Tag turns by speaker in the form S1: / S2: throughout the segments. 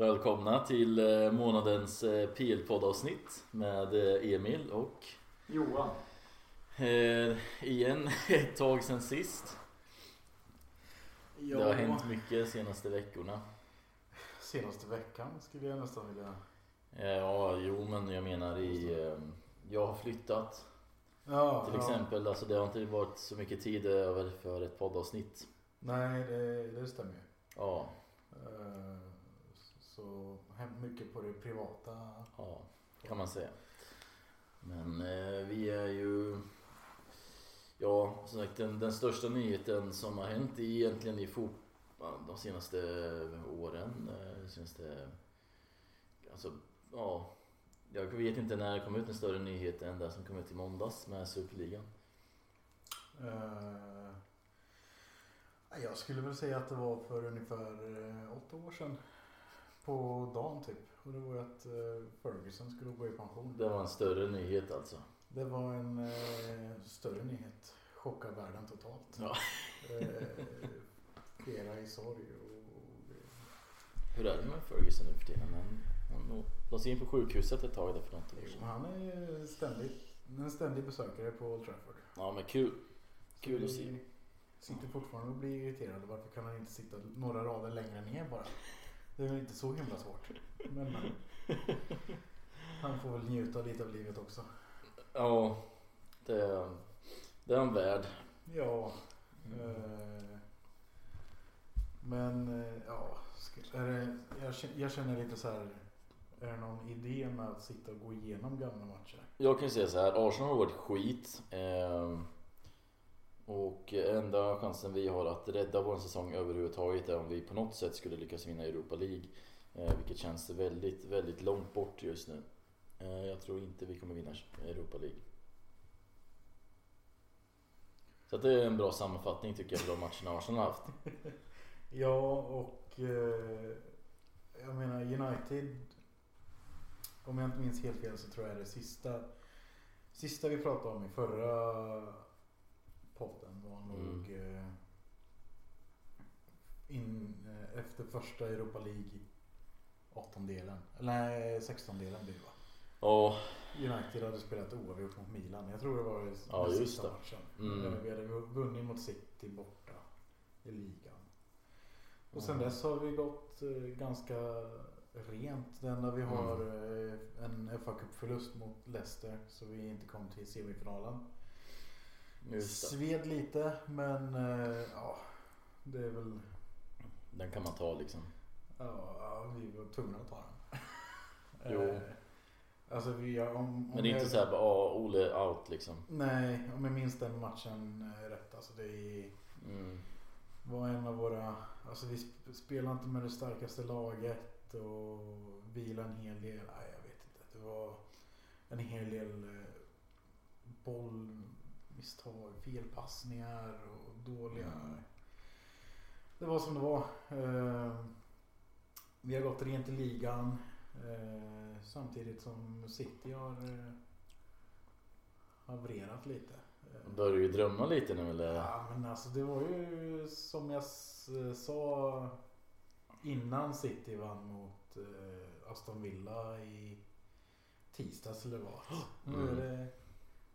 S1: Välkomna till eh, månadens PL-poddavsnitt med eh, Emil och
S2: Johan.
S1: eh, igen ett tag sen sist.
S3: Ja,
S1: Det har hänt mycket senaste veckorna.
S3: Senaste veckan skulle jag nästan vilja...
S1: Eh, ja, jo men jag menar i... Eh, jag har flyttat
S3: Ja,
S1: till
S3: ja.
S1: exempel. Alltså det har inte varit så mycket tid över för ett poddavsnitt.
S3: Nej, det, det stämmer ju.
S1: Ja,
S3: Eh, Så hänt mycket på det privata.
S1: ja kan man säga. Men eh, vi är ju... Ja, som sagt den, den största nyheten som har hänt är egentligen i fot ja, de senaste åren. eh, De senaste... Alltså, ja. Jag vet inte när det kom ut en större nyhet än den som kom ut i måndags med Superligan.
S3: Eh, Jag skulle väl säga att det var för ungefär eh, åtta år sedan. På dagen typ. Och det var ju att eh, Ferguson skulle gå i pension.
S1: Det var en större nyhet alltså.
S3: Det var en eh, större nyhet. Chockar världen totalt.
S1: Ja.
S3: Eh, Flera i sorg och... och
S1: Hur är det med Ferguson nu för tiden? Han, han lades in på sjukhuset ett tag där för något år
S3: Jo,
S1: sedan.
S3: han är ju ständigt, en ständig besökare på Old Trafford.
S1: Ja men kul.
S3: Så
S1: Kul att
S3: vi
S1: se.
S3: Sitter fortfarande och blir irriterade. Varför kan han inte sitta några rader längre ner bara? Det är väl inte så himla svårt. Men men. han får väl njuta lite av livet också.
S1: Ja, det, det är han värd.
S3: Ja.
S1: Mm.
S3: Eh, men eh, ja. ska- Är det, jag, känner, jag känner lite så här. Är det någon idé med att sitta och gå igenom gamla matcher?
S1: Jag kan ju säga så här, Arsenal har varit skit. Eh, och enda chansen vi har att rädda vår säsong överhuvudtaget är om vi på något sätt skulle lyckas vinna Europa League. Eh, vilket känns väldigt, väldigt långt bort just nu. Eh, jag tror inte vi kommer vinna Europa League. Så att det är en bra sammanfattning tycker jag för de matcherna Arsenal har haft.
S3: Ja, och eh, jag menar United. Om jag inte minns helt fel så tror jag det sista, sista vi pratade om i förra podden var nog eh, in, eh, efter första Europa League åttondelen. Nej, sextondelen blir det va?
S1: Ja,
S3: United hade spelat oavgjort mot Milan. Jag tror det var den
S1: Ja, just
S3: sista
S1: det.
S3: matchen.
S1: Mm.
S3: Eh, Vi hade vunnit mot City borta i ligan. Och sen
S1: Mm.
S3: dess har vi gått eh, ganska rent. Det enda vi
S1: Mm.
S3: har eh, en fa Cup-förlust mot Leicester så vi inte kom till semifinalen.
S1: just det.
S3: Sved lite men eh, ja, det är väl...
S1: Den kan man ta liksom.
S3: Ja, ja, vi var tvungna att ta den.
S1: Jo.
S3: Eh, Alltså vi, om, om
S1: Men det är inte
S3: jag-
S1: såhär bara ah, Ole out liksom.
S3: Nej, om jag minns den matchen eh, rätt. Alltså det
S1: Mm.
S3: var en av våra... Alltså vi sp- spelade inte med det starkaste laget och vilade en hel del. Nej, jag vet inte. Det var en hel del eh, bollmisstag, felpassningar och dåliga...
S1: Mm.
S3: Det var som det var. Eh, Vi har gått rent i ligan eh, samtidigt som City har eh, havererat lite. Eh,
S1: Börjar du drömma lite nu eller?
S3: Ja men alltså det var ju som jag s- eh, sa innan City vann mot eh, Aston Villa i tisdags eller vad. Nu är
S1: Mm.
S3: det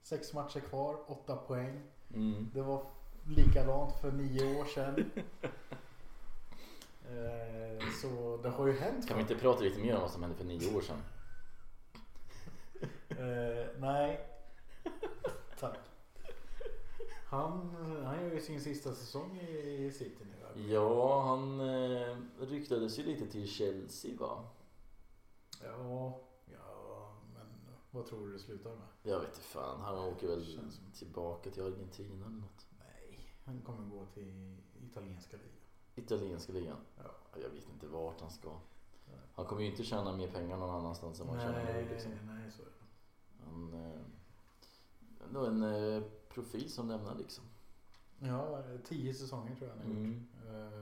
S3: sex matcher kvar, åtta poäng.
S1: Mm.
S3: Det var likadant för nio år sedan. eh, så det har ju hänt.
S1: Kan vi inte prata lite mer om vad som hände för nio år sedan?
S3: Eh, nej. Tack. Han, han gör ju sin sista säsong i, i City nu. va?
S1: Ja, han eh, ryktades ju lite till Chelsea va?
S3: Ja, ja, men vad tror du det slutar med?
S1: Jag vet inte fan, han åker väl
S3: Känns som-
S1: tillbaka till Argentina eller något.
S3: Nej, han kommer gå till italienska ligan.
S1: Italienska ligan.
S3: Ja.
S1: Jag vet inte vart han ska.
S3: Nej.
S1: Han kommer ju inte tjäna mer pengar någon annanstans än vad han tjänar
S3: Nej,
S1: nu liksom.
S3: nej, så är det.
S1: Han, eh, ändå en eh, profil som lämnar liksom.
S3: Ja, tio säsonger tror jag han har gjort.
S1: Mm.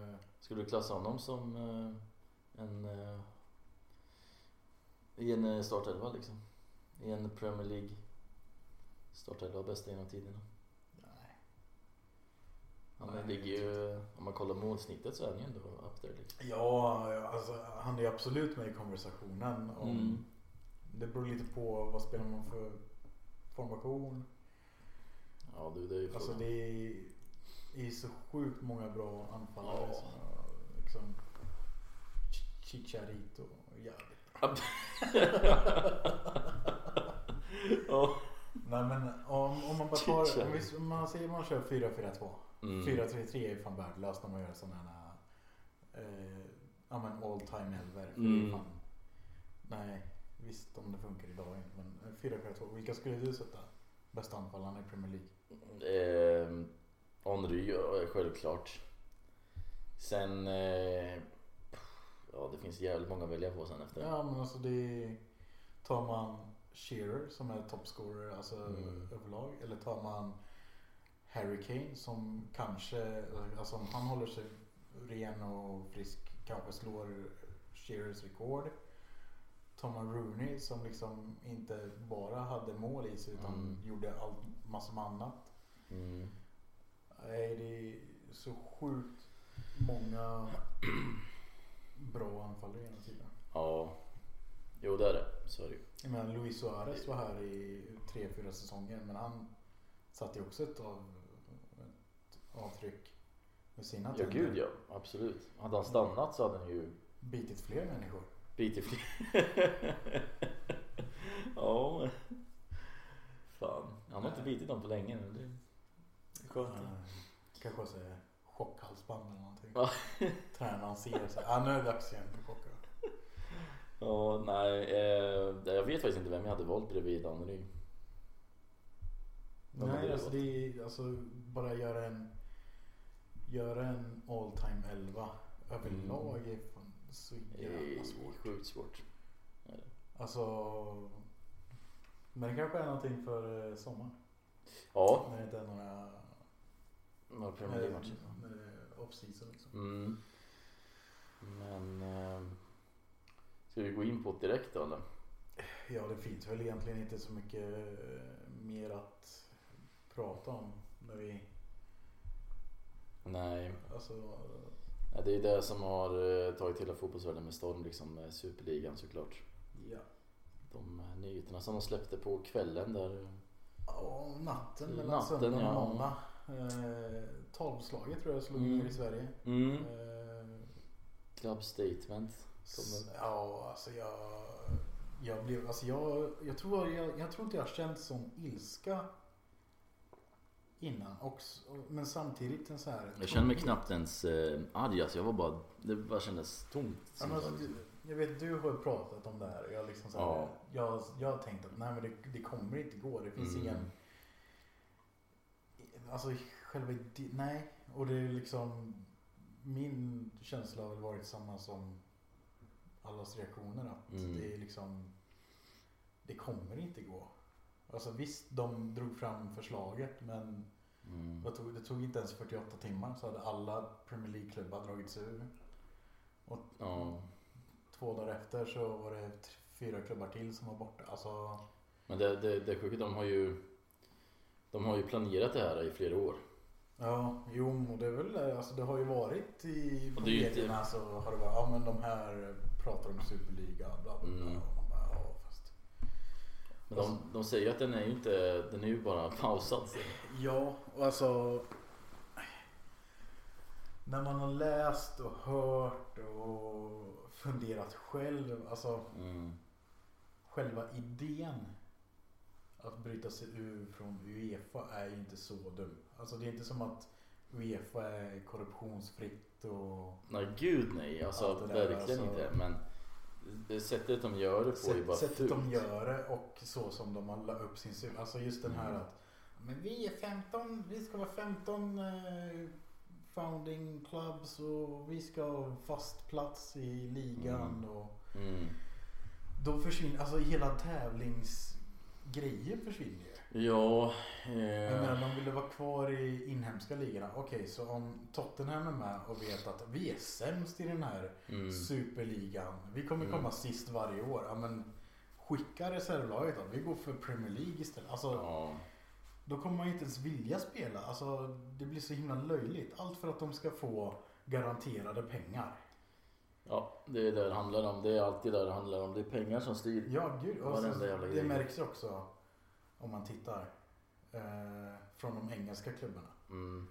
S3: Eh,
S1: Skulle du klassa honom som eh, en... Eh, I en eh, startelva liksom? I en Premier League startelva, bästa genom tiderna?
S3: nej.
S1: Han
S3: Nej,
S1: ligger ju, om man kollar målsnittet så är han ju ändå up there. Liksom.
S3: Ja, alltså, han är absolut med i konversationen. Om,
S1: Mm.
S3: Det beror lite på vad spelar man för formation.
S1: Ja du, det är ju
S3: Alltså
S1: frågan.
S3: det är, det är så sjukt många bra anfallare
S1: Ja.
S3: som har liksom Ch- Chicharito. Jävligt.
S1: Ja.
S3: Nej men om, om man bara tar, om, vi,
S1: Chicharito.
S3: om man säger man kör 4-4-2.
S1: Mm.
S3: 4-3-3 är fan värdelöst när man gör sådana här eh, ja, men all time elver. För det är
S1: Mm.
S3: fan, nej, visst om det funkar idag. Men eh, 4-4-2, vilka skulle du sätta? Bästa anfallarna i Premier League?
S1: Eh, Henry, ja, självklart. Sen... Eh, ja, det finns jävligt många att välja på sen efter.
S3: Ja men alltså det är, tar man Shearer som är toppscorer alltså
S1: Mm.
S3: överlag eller tar man Harry Kane som kanske, alltså om han håller sig ren och frisk kanske slår Shearers rekord. Tar man Rooney som liksom inte bara hade mål i sig utan
S1: Mm.
S3: gjorde allt, massor med annat.
S1: Mm.
S3: Nej, det är så sjukt många bra anfallare genom tiden.
S1: Ja. Jo, det är det. Så är det ju.
S3: Jag menar, Luis Suarez var här i tre, fyra säsonger men han satte ju också ett, av, ett avtryck med sina
S1: Ja, gud ja. Absolut. Hade han stannat så hade han ju
S3: Bitit fler människor.
S1: bitit fler. ja, men... Fan. Han har inte bitit dem på länge nu. Det är skönt.
S3: Eh, Kanske så här chockhalsband eller någonting.
S1: Ja.
S3: Tränaren ser så här, ah, nu är det dags igen för chockar.
S1: Ja, nej. Eh, jag vet faktiskt inte vem jag hade valt bredvid Danderyd. Ja, men det
S3: Nej,
S1: är
S3: alltså
S1: gott.
S3: det är alltså bara göra en göra en all time 11 överlag
S1: Mm.
S3: är fan så
S1: Det är
S3: jävla svårt.
S1: sjukt svårt.
S3: Alltså men det kanske är någonting för eh, sommaren.
S1: Ja,
S3: När det inte är några
S1: några Premier
S3: när det-
S1: League-matcher.
S3: när det är off-season liksom.
S1: Mm. Men... Eh, ska vi gå in på det direkt då eller?
S3: Ja det finns väl egentligen inte så mycket eh, mer att prata om. När vi,
S1: Nej,
S3: alltså, eh,
S1: Ja, det är det som har eh, tagit hela fotbollsvärlden med storm liksom. eh, Superligan såklart.
S3: ja.
S1: De eh, nyheterna som de släppte på kvällen där.
S3: Ja, natten mellan
S1: Natten,
S3: söndag och
S1: ja.
S3: måndag. Eh, tolvslaget tror jag slog
S1: Mm.
S3: ner i Sverige.
S1: Mm.
S3: Eh,
S1: Club statement.
S3: s- ja, alltså jag... Jag, blev, alltså jag, jag, tror, jag, jag tror inte jag har känt sån ilska innan. Också, men samtidigt en så här...
S1: Jag kände mig knappt ens eh, arg alltså. Jag var bara... Det bara kändes tomt.
S3: Ja, men alltså, du- jag vet, du har ju pratat om det här. Jag, liksom så här,
S1: Ja.
S3: jag, jag har tänkt att nej, men det, det kommer inte gå. Det finns
S1: Mm.
S3: ingen... Alltså själva idé- Nej. Och det är liksom... Min känsla har väl varit samma som allas reaktioner. Att
S1: Mm.
S3: det är liksom... Det kommer inte gå. Alltså visst, de drog fram förslaget men
S1: Mm.
S3: det tog, det tog inte ens 48 timmar så hade alla Premier League-klubbar dragits ur. Och
S1: Ja.
S3: Två dagar efter så var det t- fyra klubbar till som var borta. Alltså,
S1: Men det, det, det sjuka, de har ju... De har ju planerat det här i flera år.
S3: ja, jo, men det är väl, alltså det har ju varit i på
S1: Och det är ju inte-
S3: medierna så har det varit, ja men de här pratar om Superliga, bla bla bla.
S1: Mm.
S3: Och man bara, ja, fast.
S1: Men de, de säger ju att den är ju inte, den är ju bara pausad. så.
S3: Ja, och alltså. När man har läst och hört och funderat själv, alltså
S1: Mm.
S3: själva idén att bryta sig ur från Uefa är ju inte så dum. Alltså det är inte som att Uefa är korruptionsfritt och
S1: Nej gud nej, alltså
S3: Allt det där,
S1: verkligen
S3: alltså.
S1: inte. Men det sättet de gör det på är bara
S3: sätt, sättet de
S1: fult.
S3: gör det och så som de har lagt upp sin sur. Alltså just den här
S1: Mm.
S3: att men vi är 15, vi ska vara 15 eh, founding clubs och vi ska ha fast plats i ligan
S1: Mm.
S3: och
S1: Mm.
S3: då försvinner, alltså hela tävlingsgrejen försvinner ju.
S1: Ja,
S3: Jag
S1: eh,
S3: menar, de ville vara kvar i inhemska ligorna. Okej, så om Tottenham är med och vet att vi är sämst i den här
S1: mm.
S3: superligan. Vi kommer
S1: Mm.
S3: komma sist varje år. Ja, men skicka reservlaget då. Vi går för Premier League istället. Alltså,
S1: ja.
S3: Då kommer man ju inte ens vilja spela. Alltså, det blir så himla löjligt. Allt för att de ska få garanterade pengar.
S1: Ja, det är det det handlar om. Det är alltid det det handlar om. Det är pengar som styr.
S3: Ja, gud. Och
S1: Varenda
S3: sen,
S1: jävla
S3: det
S1: grej.
S3: märks ju också om man tittar. Eh, från de engelska klubbarna.
S1: Mm.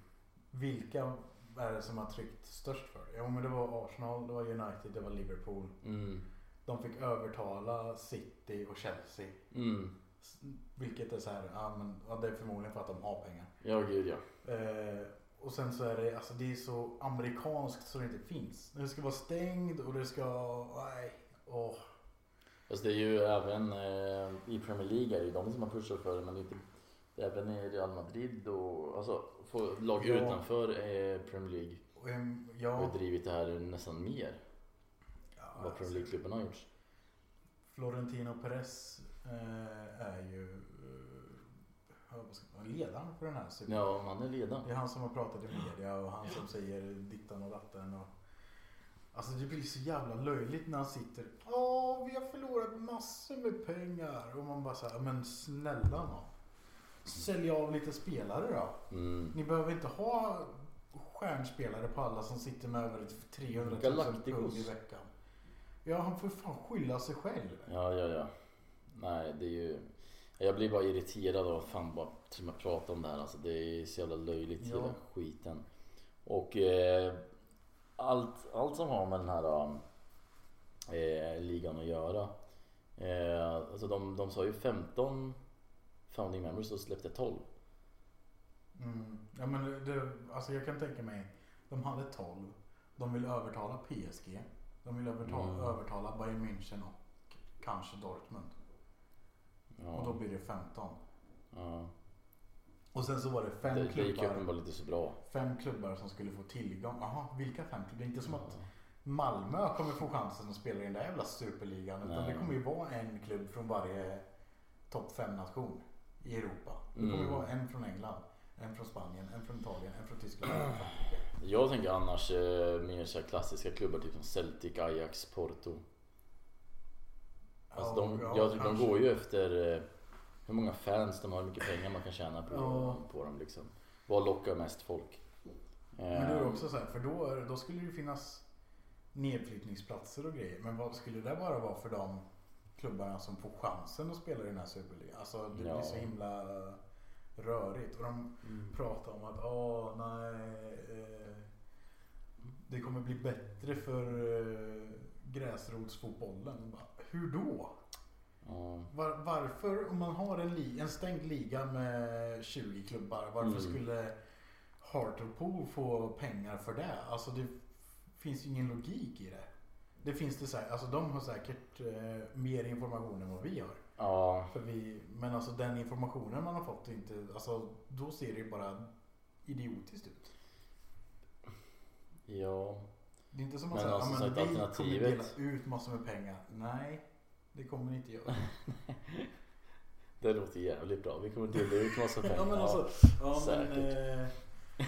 S3: Vilka är det som har tryckt störst för? Ja, men det var Arsenal, det var United, det var Liverpool.
S1: Mm.
S3: De fick övertala City och Chelsea.
S1: Mm.
S3: S- Vilket är så här, ja, men, ja, det är förmodligen för att de har pengar.
S1: Ja, gud ja.
S3: Eh, och sen så är det, alltså det är så amerikanskt så det inte finns. Det ska vara stängd och det ska, nej, åh.
S1: Fast det är ju även eh, i Premier League är det ju de som har pushat för det. Men det är inte, det är även i Real Madrid och alltså, få- lag
S3: Ja.
S1: utanför eh, Premier League
S3: Och, em,
S1: har ju
S3: ja,
S1: drivit det här nästan mer.
S3: ja, alltså,
S1: än Vad Premier League-klubbarna har gjort.
S3: Florentino Perez eh, är ju eh, vad ska man- ledaren för den här super-
S1: Ja, man är ledaren.
S3: Det är han som har pratat i media och han som säger dittan och datten. Och... Alltså det blir så jävla löjligt när han sitter. Åh, vi har förlorat massor med pengar. Och man bara såhär, men snälla nå. Sälj av lite spelare då.
S1: Mm.
S3: Ni behöver inte ha stjärnspelare på alla som sitter med över 300 000 pund
S1: Galacticos.
S3: i veckan. Ja, han får fan skylla sig själv.
S1: Ja, ja, ja. Nej, det är ju... Jag blir bara irriterad av att fan bara till och med prata om det här. Alltså, det är så jävla löjligt
S3: Ja.
S1: hela skiten. Och eh, allt, allt som har med den här um, eh, ligan att göra. Eh, alltså de, de sa ju 15 founding members och släppte 12.
S3: Mm. Ja, men det- det, alltså jag kan tänka mig. De hade 12. De vill övertala PSG. De vill övertala,
S1: Mm.
S3: övertala Bayern München och kanske Dortmund. Och då
S1: Ja,
S3: blir det 15.
S1: ja.
S3: Och sen så var det fem
S1: Det, det gick
S3: klubbar.
S1: uppenbarligen inte så bra.
S3: Fem klubbar som skulle få tillgång. Jaha, vilka fem klubbar? Det är inte som att Malmö kommer få chansen att spela i den där jävla superligan. Utan
S1: Nej.
S3: det kommer ju vara en klubb från varje topp fem nation i Europa. Det kommer ju
S1: Mm.
S3: vara en från England, en från Spanien, en från Italien, en från Tyskland, en från Frankrike.
S1: Jag tänker annars eh, mer så här klassiska klubbar typ som Celtic, Ajax, Porto. Alltså de,
S3: Ja,
S1: jag, tror de
S3: kanske.
S1: går ju efter eh, hur många fans de har, hur mycket pengar man kan tjäna på,
S3: Ja.
S1: på dem liksom. Vad lockar mest folk?
S3: Men då är det
S1: Eh,
S3: också så här, för då, är- då skulle det ju finnas nedflyttningsplatser och grejer. Men vad skulle det bara vara för de klubbarna som får chansen att spela i den här Superligan? Alltså det
S1: Ja.
S3: blir så himla rörigt. Och de pratar om att åh nej. Eh, det kommer bli bättre för eh, gräsrotsfotbollen. Bara, Hur då?
S1: ja.
S3: Var, varför, om man har en, li, en stängd liga med 20 klubbar, varför
S1: Mm.
S3: skulle Hartlepool få pengar för det? Alltså det finns ju ingen logik i det. Det finns det säkert, alltså de har säkert eh, mer information än vad vi har.
S1: ja,
S3: För vi, men alltså den informationen man har fått är inte, alltså då ser det ju bara idiotiskt ut.
S1: ja.
S3: Det är inte som att
S1: Men
S3: säga,
S1: alltså,
S3: ja,
S1: så
S3: men
S1: att
S3: vi
S1: alternativet-
S3: kommer dela ut massor med pengar. Nej, det kommer ni inte göra.
S1: Det låter jävligt bra. Vi kommer dela ut massa pengar.
S3: Ja men alltså, ja, men,
S1: säkert.
S3: eh,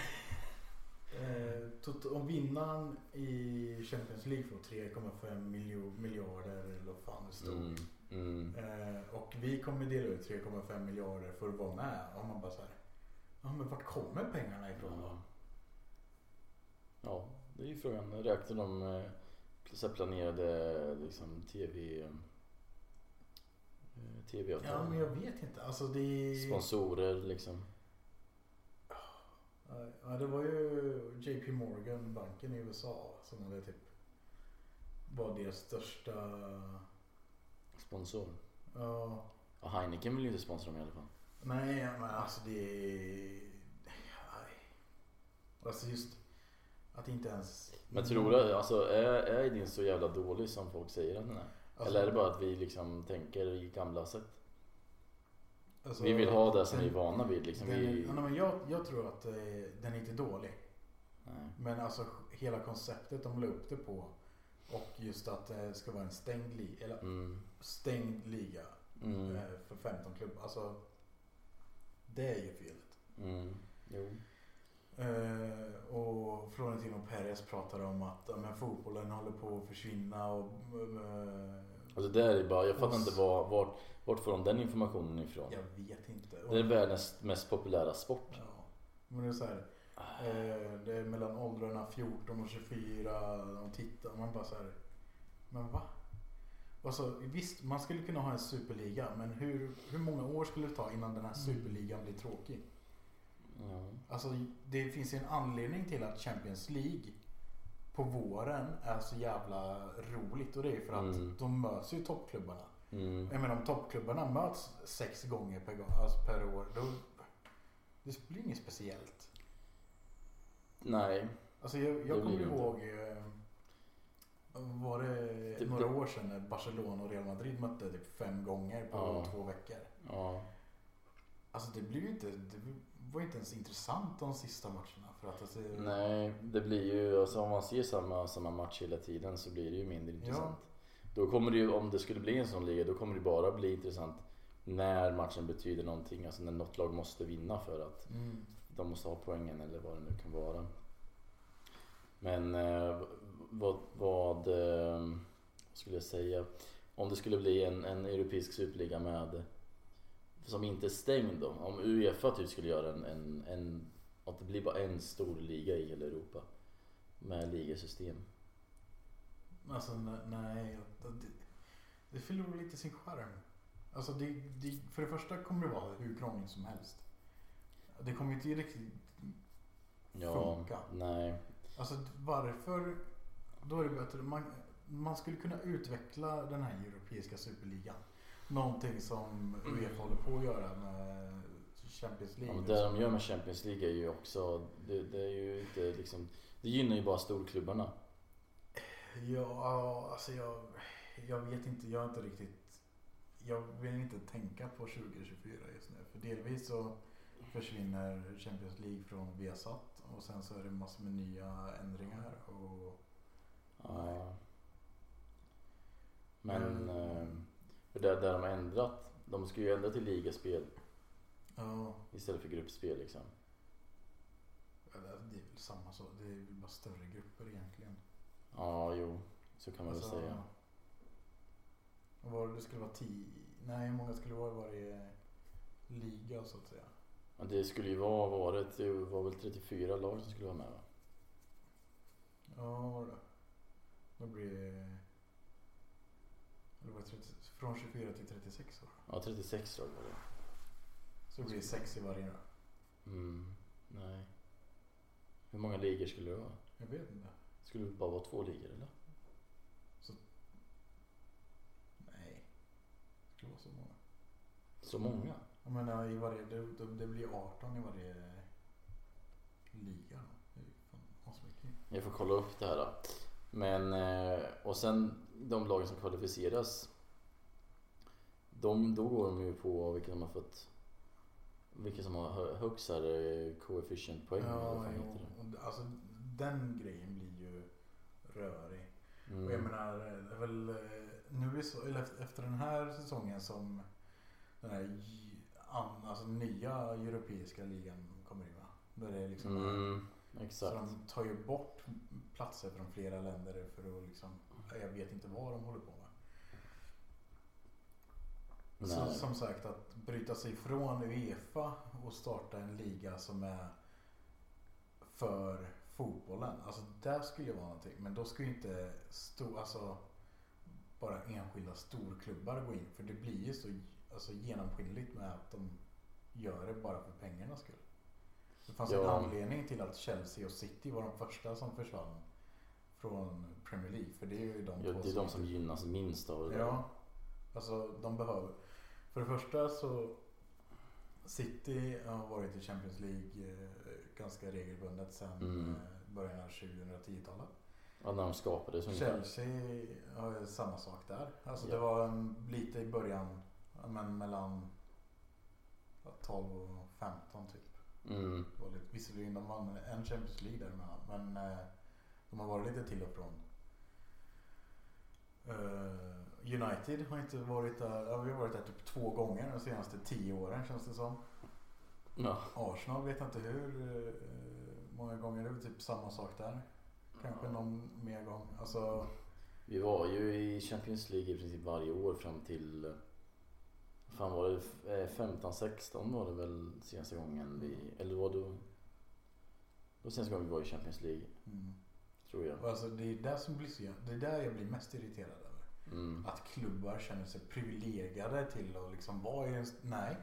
S3: eh, tot- om vinnaren i Champions League får 3,5 miljo- miljarder eller vad fan det stod.
S1: Mm, mm.
S3: Eh, och vi kommer dela ut 3,5 miljarder för att vara med. Och man bara så här, ja men vart kommer pengarna ifrån då?
S1: Ja. ja, det är ju frågan. Räknar de eh, så här planerade liksom, tv... eh, TV-avtal?
S3: Ja men jag vet inte. Alltså det är...
S1: Sponsorer liksom.
S3: Ja, det var ju JP Morgan, banken i USA, som hade typ var deras största...
S1: Sponsor.
S3: Ja,
S1: Ja, Heineken vill ju inte sponsra dem i alla fall.
S3: Nej, men alltså det är... Aj. Alltså just att inte ens...
S1: Men tror du, alltså är, är idén så jävla dålig som folk säger att den är?
S3: Alltså-
S1: Eller är det bara att vi liksom tänker i gamla sätt?
S3: alltså,
S1: vi vill ha det som
S3: den-
S1: vi är vana vid liksom.
S3: den,
S1: vi,
S3: ja, nej, men jag, jag tror att eh, den är inte dålig.
S1: nej.
S3: Men alltså hela konceptet de la upp det på och just att det ska vara en stängd, li, eller,
S1: Mm.
S3: stängd liga
S1: Mm.
S3: eh, för 15 klubbar. Alltså, det är ju felet.
S1: Mm. Jo.
S3: Eh, och Florentino Perez pratar om att ja, men fotbollen håller på att försvinna och... eh,
S1: Alltså det här är bara, jag fattar
S3: Och s-
S1: inte vad, vart, Vart får de den informationen ifrån?
S3: Jag vet inte. Och,
S1: Det är världens mest populära sport.
S3: ja. Men det är så här. Eh, det är mellan åldrarna 14 och 24. De tittar. Man bara så här. Men va? Och så, visst, man skulle kunna ha en superliga. Men hur, hur många år skulle det ta innan den här superligan blir tråkig?
S1: Ja.
S3: Alltså det finns ju en anledning till att Champions League på våren är så jävla roligt och det är för att
S1: Mm.
S3: de möts ju toppklubbarna.
S1: Mm.
S3: Jag menar om toppklubbarna möts sex gånger per, gång, alltså per år då det blir inget speciellt.
S1: Nej.
S3: Alltså jag,
S1: Det
S3: jag kommer
S1: blir det
S3: ihåg eh, var det
S1: Typ
S3: några
S1: det-
S3: år sedan när Barcelona och Real Madrid mötte typ fem gånger på
S1: Ja.
S3: två veckor.
S1: Ja.
S3: Alltså det blev ju inte, det var inte ens intressant de sista matcherna för att alltså,
S1: Nej, det blir ju, alltså om man ser samma, samma match hela tiden så blir det ju mindre intressant. Då kommer det ju, om det skulle bli en sån liga, då kommer det bara bli intressant när matchen betyder någonting. Alltså när något lag måste vinna för att
S3: Mm.
S1: de måste ha poängen eller vad det nu kan vara. Men eh, v- vad, vad eh, skulle jag säga? Om det skulle bli en, en europeisk superliga med som inte är stängd då. Om Uefa typ skulle göra en, en, en att det blir bara en stor liga i hela Europa med ligasystem.
S3: Alltså ne- nej, jag- det, det förlorar lite sin charm. Alltså det, det, för det första kommer det vara hur krångligt som helst. Det kommer inte riktigt...
S1: Ja,
S3: Funka.
S1: nej.
S3: Alltså varför? Då är det bättre. Man, man skulle kunna utveckla den här europeiska superligan. Någonting som Uefa håller på att göra med Champions
S1: Ja,
S3: League.
S1: men det de gör med Champions League är ju också, det, det är ju inte liksom, det gynnar ju bara storklubbarna.
S3: Ja, alltså jag, jag vet inte. Jag är inte riktigt... Jag vill inte tänka på 2024 just nu. För delvis så försvinner Champions League från Viasat och sen så är det massor med nya ändringar. Och,
S1: Ja. Men
S3: Mm.
S1: eh, för där, där de har ändrat. De ska ju ändra till ligaspel
S3: ja,
S1: istället för gruppspel liksom.
S3: eller det är väl samma så. Det är väl bara större grupper egentligen. Alltså,
S1: Ja, jo. Så kan man väl säga.
S3: vad var det, det skulle vara tio... Nej, hur många skulle det vara i varje liga så att säga?
S1: Men det skulle ju vara varit, det var väl 34 lag som skulle vara med va?
S3: Ja, då. Då blir det... Eller var det 30, från 24 till 36 år.
S1: Ja, 36 lag var det.
S3: Så det blir 6 i varje då.
S1: Mm, nej. Hur många ligor skulle det vara?
S3: Jag vet inte.
S1: Skulle det bara vara två ligor eller?
S3: Nej. Det skulle vara så många.
S1: Så många?
S3: Jag menar, i varje, det, det, det blir 18 i varje liga. då. Det är ju fan asmycket.
S1: Jag får kolla upp det här då. Men, eh, och sen de lagen som kvalificeras. De, då går de ju på vilka de har fått. Vilka som har hö- högst här eh, coefficient poäng. eller vad fan heter
S3: och, och, alltså den grejen blir ju rörig.
S1: det?
S3: Och jag
S1: Mm.
S3: menar, det är väl eh, nu är så, eller efter- efter den här säsongen som den här j- an- alltså nya europeiska ligan kommer in va? Där det är liksom,
S1: Mm,
S3: så
S1: exakt.
S3: de tar ju bort platser från flera länder för att liksom, jag vet inte vad de håller på med. Så,
S1: Nej.
S3: som sagt, att bryta sig från Uefa och starta en liga som är för fotbollen. Alltså där skulle ju vara någonting. Men då skulle ju inte stå, alltså, bara enskilda storklubbar gå in. För det blir ju så alltså, genomskinligt med att de gör det bara för pengarnas skull. Det fanns en
S1: Ja.
S3: anledning till att Chelsea och City var de första som försvann från Premier League. För det är ju de
S1: Ja,
S3: två
S1: det är de som gynnas minst av det.
S3: Ja, alltså de behöver. För det första så City har varit i Champions League eh, ganska regelbundet sedan
S1: Mm.
S3: eh, början av 2010-talet.
S1: Ja, när de skapades ungefär.
S3: Chelsea har ju samma sak där. Alltså
S1: Ja.
S3: det var en, lite i början, ja, men mellan ja, 12 och 15 typ.
S1: Mm,
S3: Det var lite- Visserligen de vann en Champions League där med, men eh, de har varit lite till och från. Eh, United har inte varit där, ja, vi har varit där typ två gånger de senaste tio åren känns det som.
S1: ja.
S3: Arsenal vet jag inte hur eh, många gånger, det är väl typ samma sak där. Kanske någon mer gång. Alltså,
S1: Vi var ju i Champions League i princip varje år fram till fan var det, eh, 15-16 var det väl senaste gången vi, eller var det, det var senaste gången vi var i Champions League,
S3: Mm.
S1: tror jag.
S3: Och Alltså, det är där som blir så, det är där jag blir mest irriterad över.
S1: Mm.
S3: Att klubbar känner sig privilegierade till att liksom vara i en... Nej.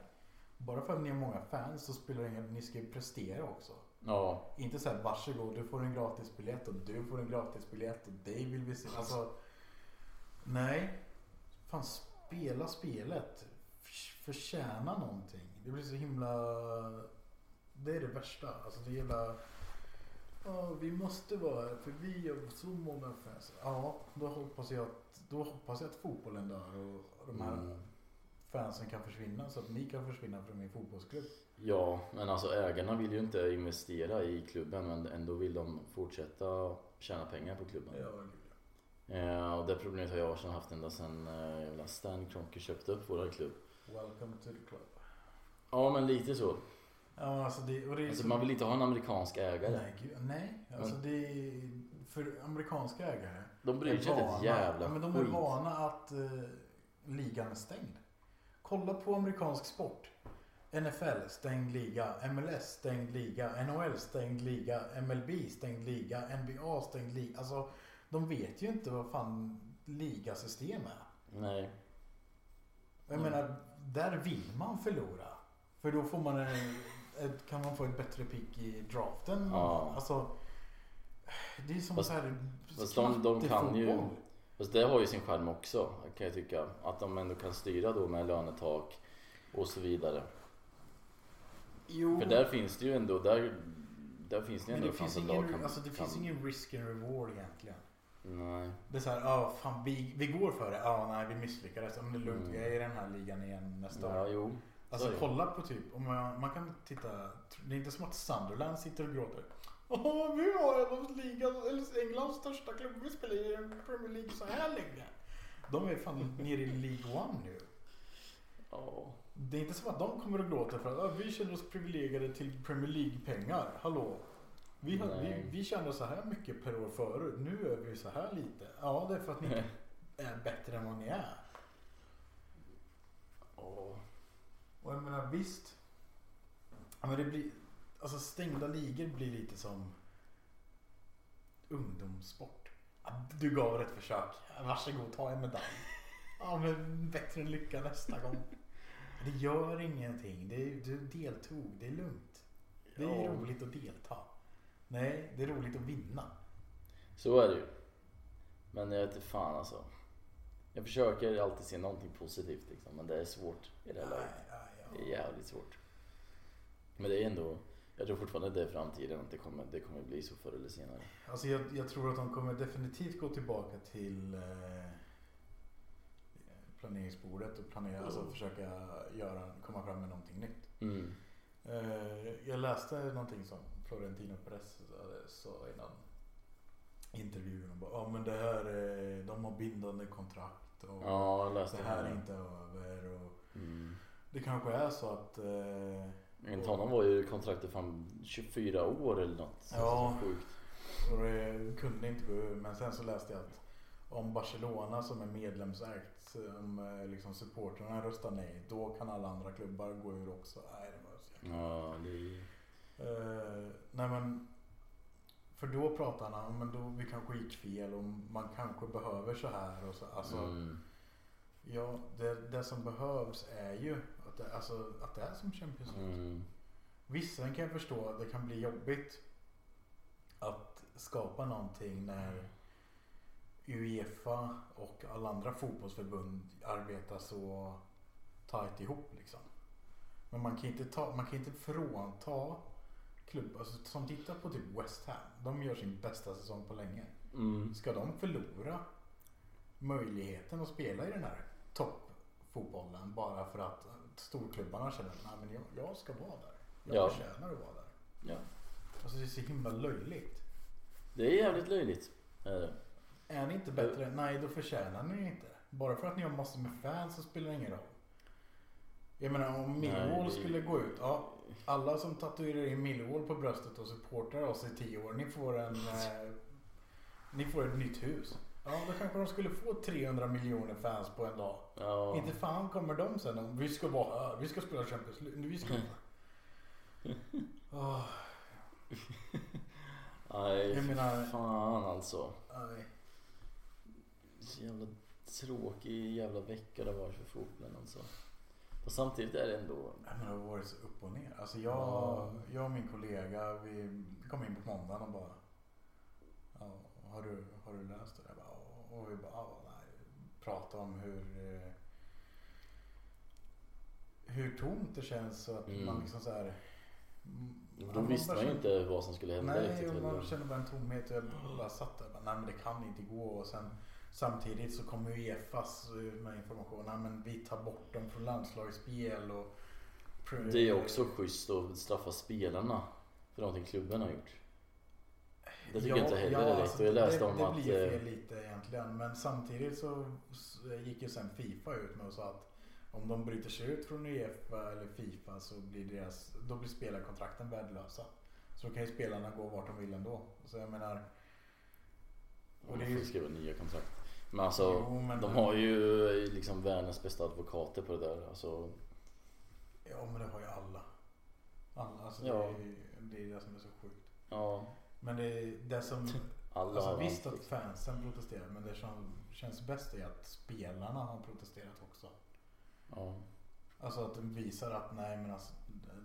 S3: Bara för att ni har många fans så spelar det ingen Ni ska ju prestera också.
S1: Ja,
S3: Inte så här varsågod du får en gratisbiljett och du får en gratisbiljett och dig vill vi se. Alltså, nej. Fan spela spelet. F- Förtjäna någonting. Det blir så himla... Det är det värsta. Alltså det är jävla... Ja, vi måste vara här för vi har så många fans. Ja, då hoppas jag att, då hoppas jag att fotbollen dör och de här
S1: Mm.
S3: fansen kan försvinna så att ni kan försvinna från min fotbollsklubb.
S1: ja, men alltså ägarna vill ju inte investera i klubben men ändå vill de fortsätta tjäna pengar på klubben.
S3: Ja, gud.
S1: Eh, och det problemet har ju Arsenal haft ända sedan eh, jävla Stan Kroenke köpte upp vår klubb.
S3: Welcome to the club.
S1: Ja, men lite så.
S3: Ja, alltså det, och det är
S1: Alltså,
S3: så-
S1: man vill inte ha en amerikansk ägare.
S3: Nej, gud, nej. Alltså det är, för amerikanska ägare
S1: De bryr
S3: är
S1: sig inte ett
S3: vana-
S1: jävla
S3: ja, men De är
S1: skit.
S3: vana att eh, ligan är stängd. Kolla på amerikansk sport. NFL stängd liga, MLS stängd liga, NHL stängd liga, MLB stängd liga, NBA stängd liga. Alltså de vet ju inte vad fan ligasystem är.
S1: Nej.
S3: Jag
S1: Mm.
S3: menar, där vill man förlora. För då får man en, ett, kan man få ett bättre pick i draften.
S1: Ja.
S3: Alltså, det är som
S1: Fast-
S3: så här
S1: fast de- de kan ju-
S3: knattefotboll.
S1: Fast det har ju sin charm också kan jag tycka. Att de ändå kan styra då med lönetak och så vidare.
S3: Jo,
S1: För där finns det ju ändå, där, där finns det ju
S3: men
S1: ändå
S3: det finns,
S1: chans att lag
S3: ingen,
S1: kan...
S3: alltså, det finns
S1: kan-
S3: ingen risk and reward egentligen.
S1: Nej.
S3: Det är så här, ja fan vi, vi går för det. Ja, nej vi misslyckades. Ja, Men det är lugnt,
S1: Mm.
S3: vi är i den här ligan igen nästa
S1: Ja,
S3: år.
S1: jo.
S3: Alltså
S1: är det.
S3: kolla på typ, om man, man kan titta, det är inte som att Sunderland sitter och gråter. Åh, vi har en av ligan, eller Englands största klubb, vi spelar i Premier League så här länge. De är fan nere i League One nu.
S1: Ja.
S3: Det är inte som att de kommer att gråta för att "Ah, vi känner oss privilegierade till Premier League-pengar. Hallå? Vi, har, vi,
S1: Nej.
S3: vi tjänar så här mycket per år förut. Nu är vi så här lite. Ja, det är för att ni inte är bättre än vad ni är.
S1: Ja.
S3: Och jag menar visst. Ja, men det blir, alltså stängda ligor blir lite som ungdomssport. Ja, Du gav det ett försök. Varsågod, ta en medalj. Ja, men bättre lycka nästa gång. Det gör ingenting. Det är, du deltog. Det är lugnt. Det är
S1: Ja.
S3: roligt att delta. Nej, det är roligt att vinna.
S1: Så är det ju. Men jag vete fan alltså. Jag försöker alltid se någonting positivt liksom, men det är svårt i det här
S3: Nej,
S1: läget. Det är
S3: nej, ja.
S1: jävligt svårt. Men det är ändå, jag tror fortfarande det är framtiden, att det kommer, det kommer bli så förr eller senare.
S3: Alltså jag, jag tror att de kommer definitivt gå tillbaka till eh, planeringsbordet och planera, alltså försöka göra, komma fram med någonting nytt.
S1: Mm.
S3: Eh, jag läste någonting som Florentino Perez hade- sa innan intervjun. Och bara, ja men det här, eh, de har bindande kontrakt och
S1: Ja, jag läste
S3: det
S1: det
S3: här är
S1: här.
S3: inte över. Och
S1: Mm.
S3: det kanske är så att eh,
S1: Enligt honom var ju kontraktet fan 24 år eller något.
S3: Ja.
S1: Så sjukt.
S3: Och det kunde inte gå ur. Men sen så läste jag att om Barcelona som är medlemsägt, om eh, liksom supportrarna röstar nej, då kan alla andra klubbar gå ur också. Nej, det var så jävla-
S1: Ja, det är...
S3: Eh, nej men, för då pratar han om men då vi kanske gick fel och man kanske behöver så här och så. Alltså,
S1: Mm.
S3: ja, det, det som behövs är ju att det, alltså, att det är som Champions League.
S1: Mm.
S3: Visserligen kan jag förstå att det kan bli jobbigt att skapa någonting när Uefa och alla andra fotbollsförbund arbetar så tajt ihop. Liksom. Men man kan inte, ta, man kan inte frånta klubbar alltså, som tittar på typ West Ham. De gör sin bästa säsong på länge.
S1: Mm.
S3: Ska de förlora möjligheten att spela i den här toppfotbollen bara för att storklubbarna känner att "Nej, men jag, jag ska vara där. Jag
S1: Ja.
S3: förtjänar att vara där.
S1: Ja.
S3: Alltså det är så himla löjligt.
S1: Det är jävligt löjligt. Är det.
S3: Är ni inte bättre? Nej, då förtjänar ni det inte. Bara för att ni har massor med fans så spelar det ingen roll. Jag menar om Millwall
S1: Nej, det-
S3: skulle gå ut. Ja, alla som tatuerar in Millwall på bröstet och supportar oss i tio år. Ni får en... Eh, ni får ett nytt hus. Ja, då kanske de skulle få 300 miljoner fans på en dag.
S1: Ja.
S3: Inte fan kommer de sen om vi ska vara här, vi ska spela Champions League. Vi ska... Åh,
S1: Nej,
S3: Jag menar-
S1: fan alltså.
S3: nej.
S1: Så jävla tråkig jävla vecka det har varit för fotbollen alltså. Och samtidigt är det ändå...
S3: Nej, Men det har varit så upp och ner. Alltså jag,
S1: Ja.
S3: jag och min kollega vi kom in på måndagen och bara ja, har, du, har du löst det? Jag bara, "Ja." och vi bara ja, nej. pratade om hur eh, hur tomt det känns och att
S1: Mm.
S3: man liksom så här. m- ja,
S1: Då visste
S3: bara
S1: man ju
S3: känner-
S1: inte vad som skulle hända
S3: Nej,
S1: riktigt.
S3: och man
S1: heller.
S3: kände bara en tomhet och jag bara satt där och bara, nej men det kan inte gå och sen samtidigt så kom Uefas ut med information, nej men vi tar bort dem från landslagsspel och
S1: Det är också schysst att straffa spelarna för någonting klubben har gjort. Det tycker jag inte heller är direkt. Och jag läste
S3: alltså, det,
S1: om
S3: det
S1: att,
S3: Det blir ju
S1: eh,
S3: fel lite egentligen. Men samtidigt så så gick ju sen Fifa ut med och sa att om de bryter sig ut från Uefa eller Fifa så blir deras, då blir spelarkontrakten värdelösa. Så då kan ju spelarna gå vart de vill ändå. Så jag menar,
S1: Och
S3: Och det
S1: det
S3: är ju-
S1: skriva nya kontrakt. Men alltså,
S3: Jo, men-
S1: de har ju liksom världens bästa advokater på det där. Alltså,
S3: ja men det har ju alla. Alla, alltså
S1: Ja.
S3: det, är, ju- det är det som är så sjukt.
S1: ja.
S3: Men det, är det som,
S1: Typ Alla typ.
S3: alltså
S1: har
S3: visst
S1: allt,
S3: att fansen protesterar men det som känns bäst är att spelarna har protesterat också.
S1: Ja.
S3: Alltså att de visar att nej men alltså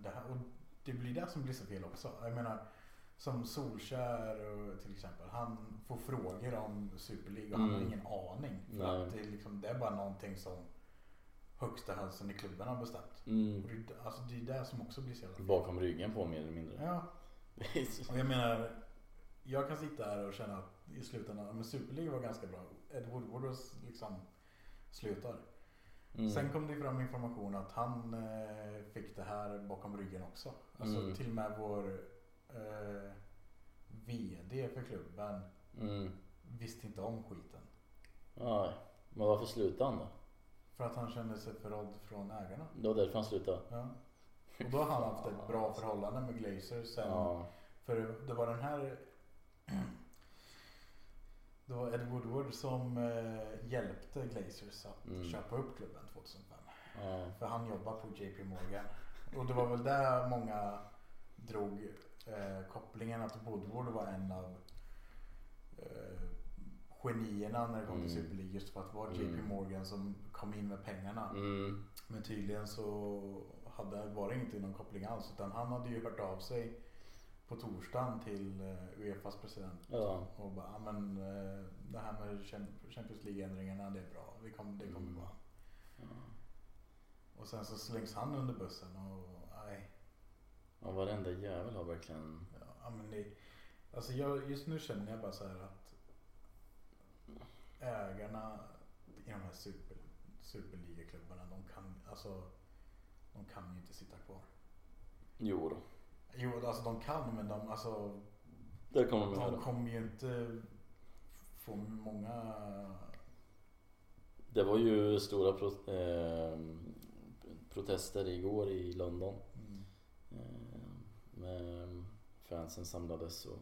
S3: det här, och det blir det som blir så fel också. Jag menar som Solskär och till exempel. Han får frågor om Super League och han
S1: Mm.
S3: har ingen aning. För
S1: Nej.
S3: att det, är liksom, det är bara någonting som högsta hönsen i klubben har bestämt. Och
S1: Mm.
S3: det, är- alltså det är det som också blir så jävla fel.
S1: Bakom ryggen på mer eller mindre.
S3: Ja, och jag menar. Jag kan sitta här och känna att i slutändan, men Super League var ganska bra. Ed Woodward was liksom slutar.
S1: Mm.
S3: Sen kom det fram information att han eh, fick det här bakom ryggen också. Alltså
S1: Mm.
S3: till och med vår eh, VD för klubben
S1: Mm.
S3: visste inte om skiten.
S1: Nej. Men varför slutade han då?
S3: För att han kände sig förrådd från ägarna.
S1: Det var därför han slutade.
S3: Ja. Och då har han haft ett bra förhållande med Glazer sen.
S1: Ja.
S3: För det var den här det var Ed Woodward som eh, hjälpte Glazers att
S1: Mm.
S3: köpa upp klubben 2005.
S1: ja.
S3: För han jobbar på JP Morgan. Och det var väl där många drog eh, kopplingen att Woodward var en av eh, genierna när det kom till
S1: Mm.
S3: Super League. Just för att det var JP
S1: Mm.
S3: Morgan som kom in med pengarna.
S1: Mm.
S3: Men tydligen så hade, var det inte någon koppling alls. Utan han hade ju hört av sig på torsdagen till eh, Uefas president.
S1: Ja.
S3: Och bara, "Ja, men eh, det här med Champ- Champions League-ändringarna det är bra. Vi kom, det kommer
S1: Mm.
S3: gå an. Och sen så slängs han under bussen och nej.
S1: ja. Varenda jävel har verkligen...
S3: Ja, men det, alltså jag, just nu känner jag bara så här att ägarna i de här super, superligaklubbarna de kan, alltså, de kan ju inte sitta kvar.
S1: Jo då.
S3: Jo, alltså de kan men de, alltså,
S1: Där kommer de
S3: de
S1: göra.
S3: kommer ju inte få många...
S1: Det var ju stora pro- eh, protester igår i London.
S3: Mm,
S1: Eh, Med fansen samlades och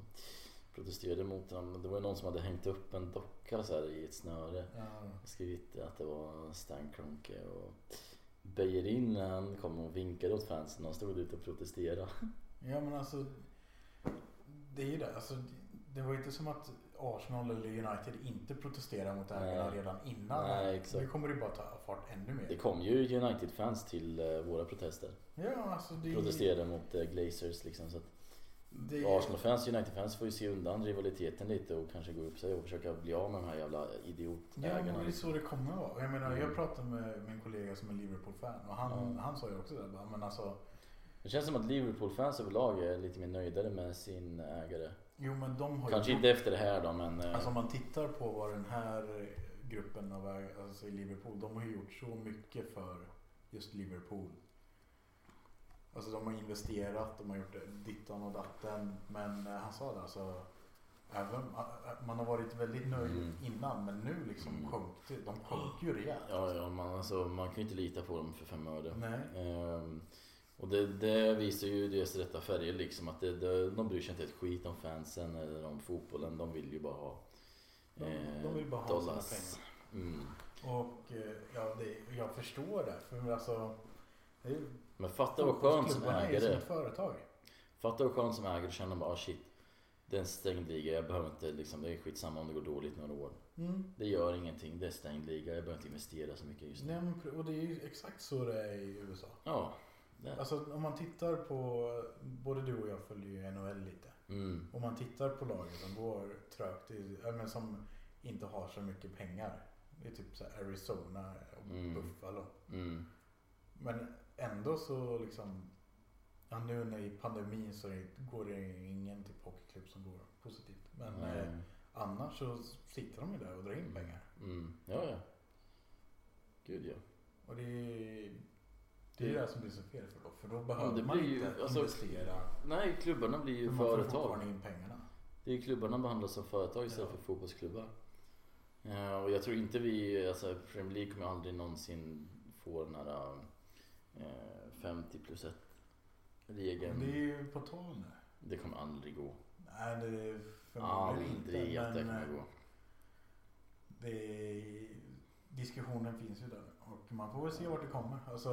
S1: protesterade mot honom. Det var ju någon som hade hängt upp en docka så här i ett snöre.
S3: ja.
S1: Och Skrivit att det var Stan Kroenke och Beijerin när han kom och vinkade åt fansen. De stod ute och protesterade.
S3: Ja men alltså Det är ju det. Alltså, det var ju inte som att Arsenal eller United inte protesterade mot ägarna
S1: Nej.
S3: redan innan.
S1: Nej, exakt.
S3: Nu kommer det bara ta fart ännu mer.
S1: Det kom ju United-fans till eh, våra protester.
S3: Ja alltså det
S1: Protesterade mot eh, Glazers liksom. Så att
S3: det-
S1: Arsenal-fans United-fans får ju se undan rivaliteten lite och kanske gå upp sig och försöka bli av med de här jävla
S3: Ja men det
S1: idiotägarna.
S3: är så det kommer vara. Jag menar
S1: Mm.
S3: jag pratade med min kollega som är Liverpool-fan och han,
S1: Mm.
S3: han sa ju också det. Bara, men alltså,
S1: Det känns som att Liverpool-fans överlag är lite mer nöjdare med sin ägare.
S3: jo men de har
S1: Kanske
S3: ju...
S1: inte efter det här då men... eh,
S3: Alltså om man tittar på vad den här gruppen av ägare, alltså i Liverpool, de har ju gjort så mycket för just Liverpool. Alltså de har investerat, de har gjort dittan och datten. Men eh, han sa det alltså. Även, eh, man har varit väldigt nöjd
S1: Mm.
S3: innan men nu liksom
S1: Mm.
S3: sjönk det. De sjönk ju rejält.
S1: Ja, ja man, alltså, man kan ju inte lita på dem för fem öre.
S3: Nej.
S1: Ehm, och det, det visar ju deras rätta färger liksom. Att det, det, de bryr sig inte ett skit om fansen eller om fotbollen. De vill ju bara ha
S3: De, de vill bara ha
S1: dollars.
S3: sina
S1: Mm.
S3: pengar. Och eh, ja, det, jag förstår det. För alltså, det är, ju-
S1: Men fatta vad skönt som
S3: klubbarna är ju som
S1: ägare.
S3: ett företag.
S1: Fatta vad skönt som ägare känner bara ah, shit. Det är en stängd liga. Jag behöver inte liksom. Det är skitsamma om det går dåligt några år.
S3: Mm.
S1: Det gör ingenting. Det är stängd liga. Jag behöver inte investera så mycket just nu.
S3: Nej, men pr- och det är ju exakt så det är i USA.
S1: Ja. Det.
S3: Alltså om man tittar på, både du och jag följer ju NHL lite.
S1: Mm.
S3: Om man tittar på lagen som går trögt, i- ja, men som inte har så mycket pengar. Det är typ så här Arizona och
S1: Mm.
S3: Buffalo.
S1: Mm.
S3: Men ändå så liksom, ja, nu när i pandemin så är- går det ingen typ hockeyklubb som går positivt. Men eh,
S1: Nej.
S3: annars så sitter de ju där och drar in pengar.
S1: Mm. Ja, ja. Gud ja.
S3: Och det är det, är det som blir så fel för då. För då behöver
S1: det
S3: man
S1: blir ju-
S3: inte
S1: alltså,
S3: investera.
S1: Nej, klubbarna blir ju
S3: För man får
S1: företag.
S3: fortfarande in pengarna.
S1: Det är ju klubbarna behandlas som företag istället
S3: Ja.
S1: för fotbollsklubbar. Eh, Och jag tror inte vi, alltså Premier League kommer aldrig någonsin få den här eh, 50 plus 1 regeln.
S3: Det är ju på tal nu.
S1: Det kommer aldrig gå.
S3: Nej, det är förmodligen
S1: Aldrig
S3: inte,
S1: att det
S3: men,
S1: kommer
S3: eh,
S1: gå.
S3: det är, diskussionen finns ju där och man får väl se vart det kommer. Alltså,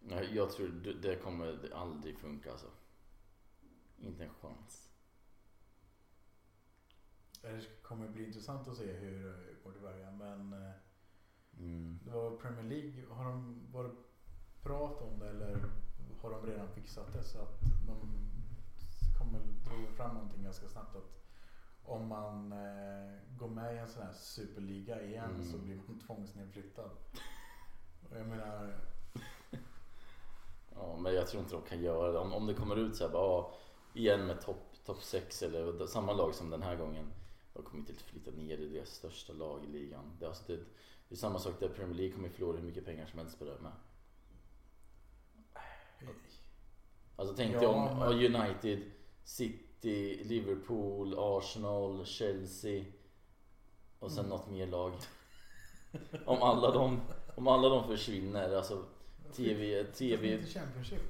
S1: Nej, jag tror det- det kommer aldrig funka alltså. Inte en chans.
S3: det kommer bli intressant att se hur det går till väga. Men eh,
S1: Mm.
S3: det var Premier League, har de varit prat om det eller har de redan fixat det så att de kommer dra fram någonting ganska snabbt att om man eh, går med i en sån här superliga igen
S1: Mm.
S3: så blir man tvångsnedflyttad. Och jag menar,
S1: Ja, men jag tror inte de kan göra det. Om, om det kommer ut så här, bara, ja, igen med topp top 6 eller samma lag som den här gången. De kommer inte att flytta ner i deras största lag i ligan. Det, är alltså, det, det är samma sak där Premier League kommer förlora hur mycket pengar som helst på det här med.
S3: eh,
S1: Alltså tänk dig
S3: Ja,
S1: om
S3: men-
S1: ja, United, City, Liverpool, Arsenal, Chelsea och sen
S3: Mm.
S1: något mer lag. Om alla de, om alla de försvinner, alltså TV, TV,
S3: Inte Championship.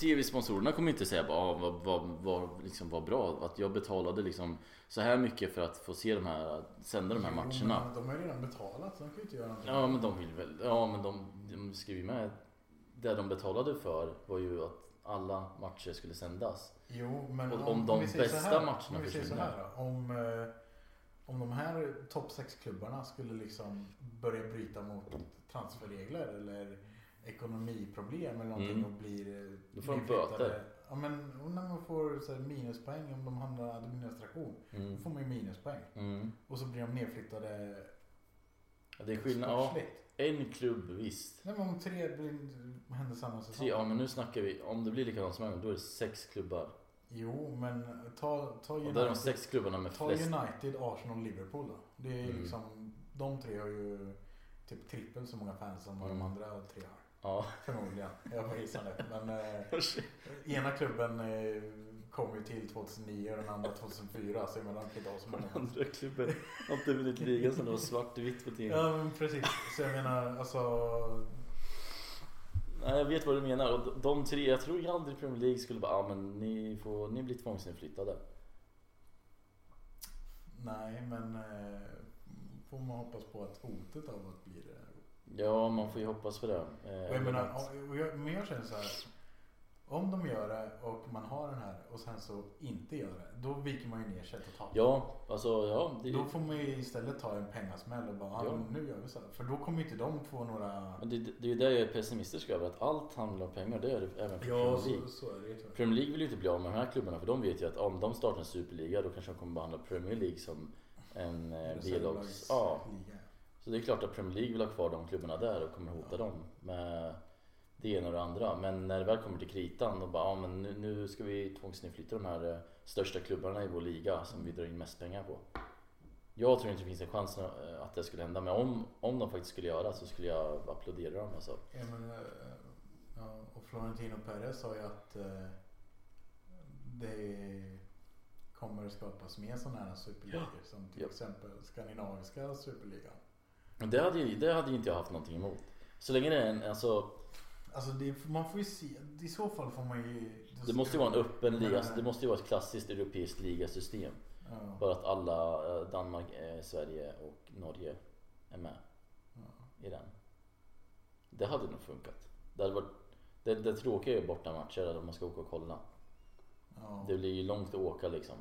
S1: TV-sponsorerna kommer inte säga bara, ah, vad, vad, vad, liksom, vad bra att jag betalade liksom så här mycket för att få se de här, sända de här
S3: Jo,
S1: matcherna.
S3: men De har ju redan betalat så de kan ju inte göra någonting.
S1: Ja men de vill väl, ja men de, de skrev ju med. Det de betalade för var ju att alla matcher skulle sändas.
S3: Jo, men
S1: Och om de
S3: vi säger så
S1: bästa
S3: här,
S1: matcherna
S3: om vi säger så
S1: försvinner.
S3: här då, om, eh, om de här topp 6-klubbarna skulle liksom börja bryta mot transferregler eller ekonomiproblem eller någonting
S1: Mm.
S3: och blir eh,
S1: Då får de
S3: nedflyttade.
S1: böter.
S3: Ja, men och när man får så här, minuspoäng om de hamnar i administration. Då
S1: Mm.
S3: får man ju minuspoäng.
S1: Mm.
S3: Och så blir de nedflyttade
S1: Ja, det är skillnad, ja.
S3: sportsligt.
S1: En klubb visst.
S3: Nej, men om tre blir, händer samma säsong.
S1: Tre, ja men nu snackar vi, om det blir likadant som en gång, då är det sex klubbar.
S3: Jo, men ta, ta
S1: Och där är de
S3: United,
S1: sex klubbarna med
S3: ta
S1: flest.
S3: United, Arsenal, Liverpool då. Det är ju
S1: Mm.
S3: liksom, de tre har ju typ trippel så många fans som vad de
S1: Mm.
S3: andra tre har.
S1: Ja.
S3: Förmodligen. Jag bara gissar nu. Men eh, ena klubben eh, kom ju till 2009 och den andra 2004. Så jag menar, de kan inte ha så många.
S1: Andra klubben typ har inte vunnit ligan sedan det var svartvitt på tiden.
S3: Ja, men precis. Så jag menar, alltså.
S1: Nej, jag vet vad du menar. Och de- de tre, jag tror aldrig Premier League skulle bara, ah, men ni, får, ni blir tvångsinflyttade.
S3: Nej, men eh, får man hoppas på att hotet av att bli det
S1: Ja, man får ju hoppas för det. Eh,
S3: Och jag menar,
S1: att-
S3: och jag, men jag känner så här. Om de gör det och man har den här och sen så inte gör det. Då viker man ju ner sig totalt.
S1: ja, alltså ja. Det,
S3: Då får man ju istället ta en pengasmäll och bara ja.
S1: Ja.
S3: men nu gör vi så här. För då kommer ju inte de få några...
S1: men det, det är ju det jag är pessimistisk över, att allt handlar om pengar. Det är det även för
S3: Ja,
S1: Premier
S3: så,
S1: League.
S3: så är det ju tyvärr.
S1: Premier League vill ju inte bli av med de här klubbarna för de vet ju att om de startar en superliga då kanske de kommer behandla Premier League som en eh, B-lags... Ja,
S3: Reservlagsliga.
S1: Så det är klart att Premier League vill ha kvar de klubbarna där och kommer hota
S3: Ja.
S1: dem med det ena och det andra. Men när det väl kommer till kritan och bara, ja men nu, nu ska vi tvångsinflytta de här eh, största klubbarna i vår liga som vi drar in mest pengar på. Jag tror inte det finns en chans eh, att det skulle hända, men om, om de faktiskt skulle göra så skulle jag applådera dem alltså.
S3: Ja, men, eh, ja, och Florentino Perez sa ju att eh, det kommer skapas mer sådana här superligor. Som till
S1: Ja.
S3: exempel skandinaviska superligan.
S1: Men Det hade, ju- det hade ju inte jag haft någonting emot. Så länge det är en, alltså,
S3: Alltså det, man får ju se. I så fall får man ju...
S1: alltså, det måste ju vara en öppen liga, det måste ju vara ett klassiskt europeiskt ligasystem.
S3: eh, Ja.
S1: Bara att alla, eh, Danmark, eh, Sverige och Norge är med i den. Det hade nog funkat. Det, hade varit, det, det tråkiga är ju bortamatcher där man ska åka och kolla.
S3: Ja.
S1: Det blir ju långt att åka liksom.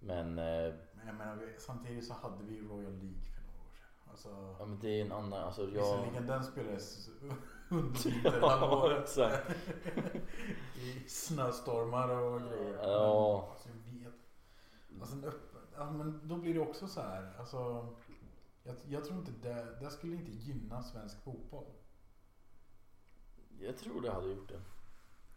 S1: Men, eh,
S3: Men jag menar, vi- samtidigt så hade vi ju Royal League för några år sedan. Alltså,
S1: ja, men det är en annan, alltså jag...
S3: Visserligen den spelades under
S1: Ja,
S3: vinterhalvåret.
S1: exakt.
S3: I snöstormar och grejer.
S1: Ja.
S3: Men, Alltså, jag vet. Alltså, en öppen, ja, men då blir det också så här. Alltså, jag, jag tror inte det, det skulle inte gynna svensk fotboll.
S1: Jag tror det hade gjort det.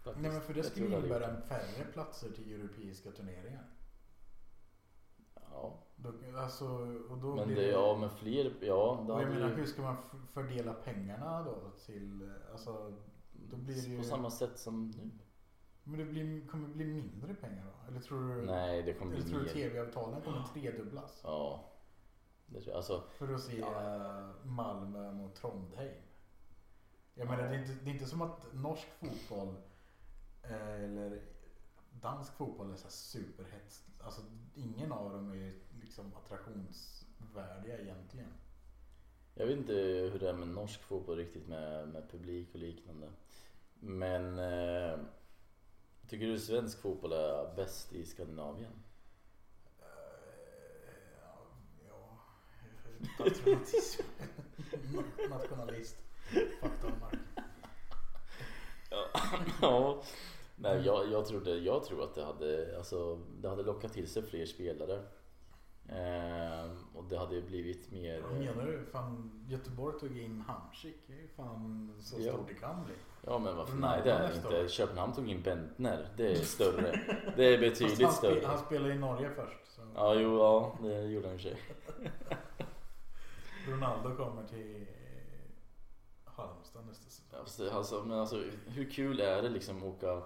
S1: Faktiskt.
S3: Nej, men för det
S1: Jag
S3: skulle
S1: tror hade
S3: innebära
S1: gjort
S3: färre platser till europeiska turneringar.
S1: det. Ja,
S3: Då, alltså, och då
S1: men
S3: blir
S1: det, ja, men fler, ja. Det
S3: och jag
S1: hade
S3: menar,
S1: ju-
S3: hur ska man f- fördela pengarna då till, alltså, då blir det ju-
S1: På samma sätt som nu.
S3: men det blir, kommer det bli mindre pengar då? Eller tror du,
S1: Nej, det kommer
S3: eller
S1: bli
S3: tror du
S1: mer.
S3: tv-avtalen kommer tredubblas?
S1: Ja. Det tror jag. Alltså,
S3: För att se
S1: Ja.
S3: eh, Malmö mot Trondheim. Jag
S1: Ja.
S3: menar, det är, inte, det är inte som att norsk fotboll eh, eller dansk fotboll är så här superhets. Alltså, ingen av dem är liksom attraktionsvärdiga egentligen.
S1: jag vet inte hur det är med norsk fotboll riktigt med, med publik och liknande. Men eh, tycker du svensk fotboll är bäst i Skandinavien?
S3: Eh, ja, ja, patriotism. Nationalist. Fakta om mark.
S1: ja. Nej, jag, jag, trodde, jag tror att det hade, alltså, det hade lockat till sig fler spelare. Ehm, och det hade blivit mer...
S3: Vad menar du? Fan, Göteborg tog in Hamsik. Det är ju fan så
S1: Ja.
S3: stort det kan bli.
S1: Ja men varför
S3: Ronaldo
S1: nej det är det
S3: nästa
S1: inte.
S3: år.
S1: Köpenhamn tog in Bentner. Det är större. Det är
S3: Fast
S1: betydligt
S3: han, spe-
S1: större.
S3: han spelade i Norge först. Så
S1: Ja jo ja det gjorde han i och för sig.
S3: Ronaldo kommer till Halmstad nästa säsong.
S1: Ja, fast det- Alltså, men alltså hur kul är det liksom att åka och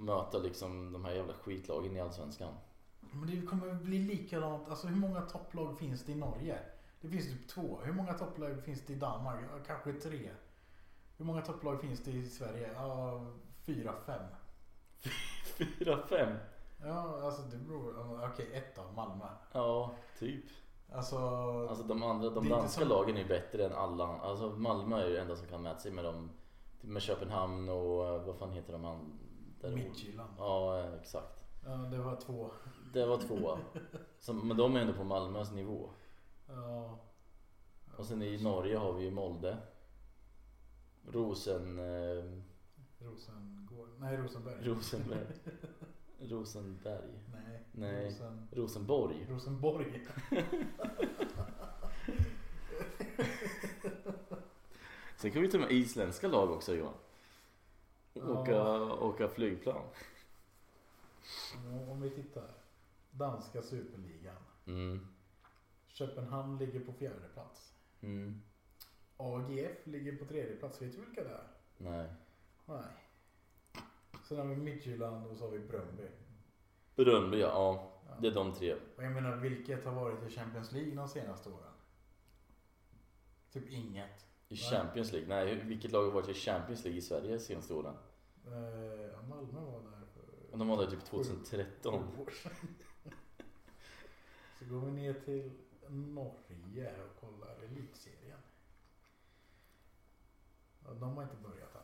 S1: möta liksom de här jävla skitlagen i Allsvenskan?
S3: Men det kommer bli likadant. Alltså hur många topplag finns det i Norge? Det finns typ två. Hur många topplag finns det i Danmark? Ja, kanske tre. Hur många topplag finns det i Sverige? Ja, fyra, fem.
S1: 4-5?
S3: Ja, alltså det beror... ja, Okej, ett av Malmö.
S1: Ja, typ.
S3: Alltså,
S1: Alltså de andra,
S3: Det är
S1: de
S3: inte
S1: danska
S3: som-
S1: lagen är ju bättre än alla. Alltså Malmö är ju det enda som kan mäta sig med dem. Med Köpenhamn och eh, vad fan heter de han? där-
S3: Midtjylland.
S1: Ja, eh, exakt.
S3: Ja, det var två.
S1: Det var tvåa. Som, men de är ändå på Malmös nivå.
S3: Ja.
S1: Och sen i Norge har vi ju Molde. Rosen... Eh,
S3: Rosengård. Nej, Rosenberg.
S1: Rosenberg. Rosenberg.
S3: Nej.
S1: Nej.
S3: Rosen...
S1: Rosenborg.
S3: Rosenborg.
S1: Sen kan vi ta med isländska lag också Johan. Åka, åka flygplan.
S3: Om- Om vi tittar. Danska superligan.
S1: Mm.
S3: Köpenhamn ligger på fjärde plats.
S1: Mm.
S3: AGF ligger på tredje plats. Vet du vilka det är?
S1: Nej.
S3: Nej. Sen har vi Midtjylland och så har vi Bröndby.
S1: Brönnby ja, ja.
S3: Ja.
S1: Det är de tre.
S3: Och jag menar, vilket har varit i Champions League de senaste åren? Typ inget.
S1: I Champions League. Nej, vilket lag har varit i Champions League i Sverige senaste åren?
S3: Eh, ja, Malmö var där för
S1: De var där typ 2013.
S3: sju år sedan. så går vi ner till Norge och kollar Elitserien. Ja, de har inte börjat än.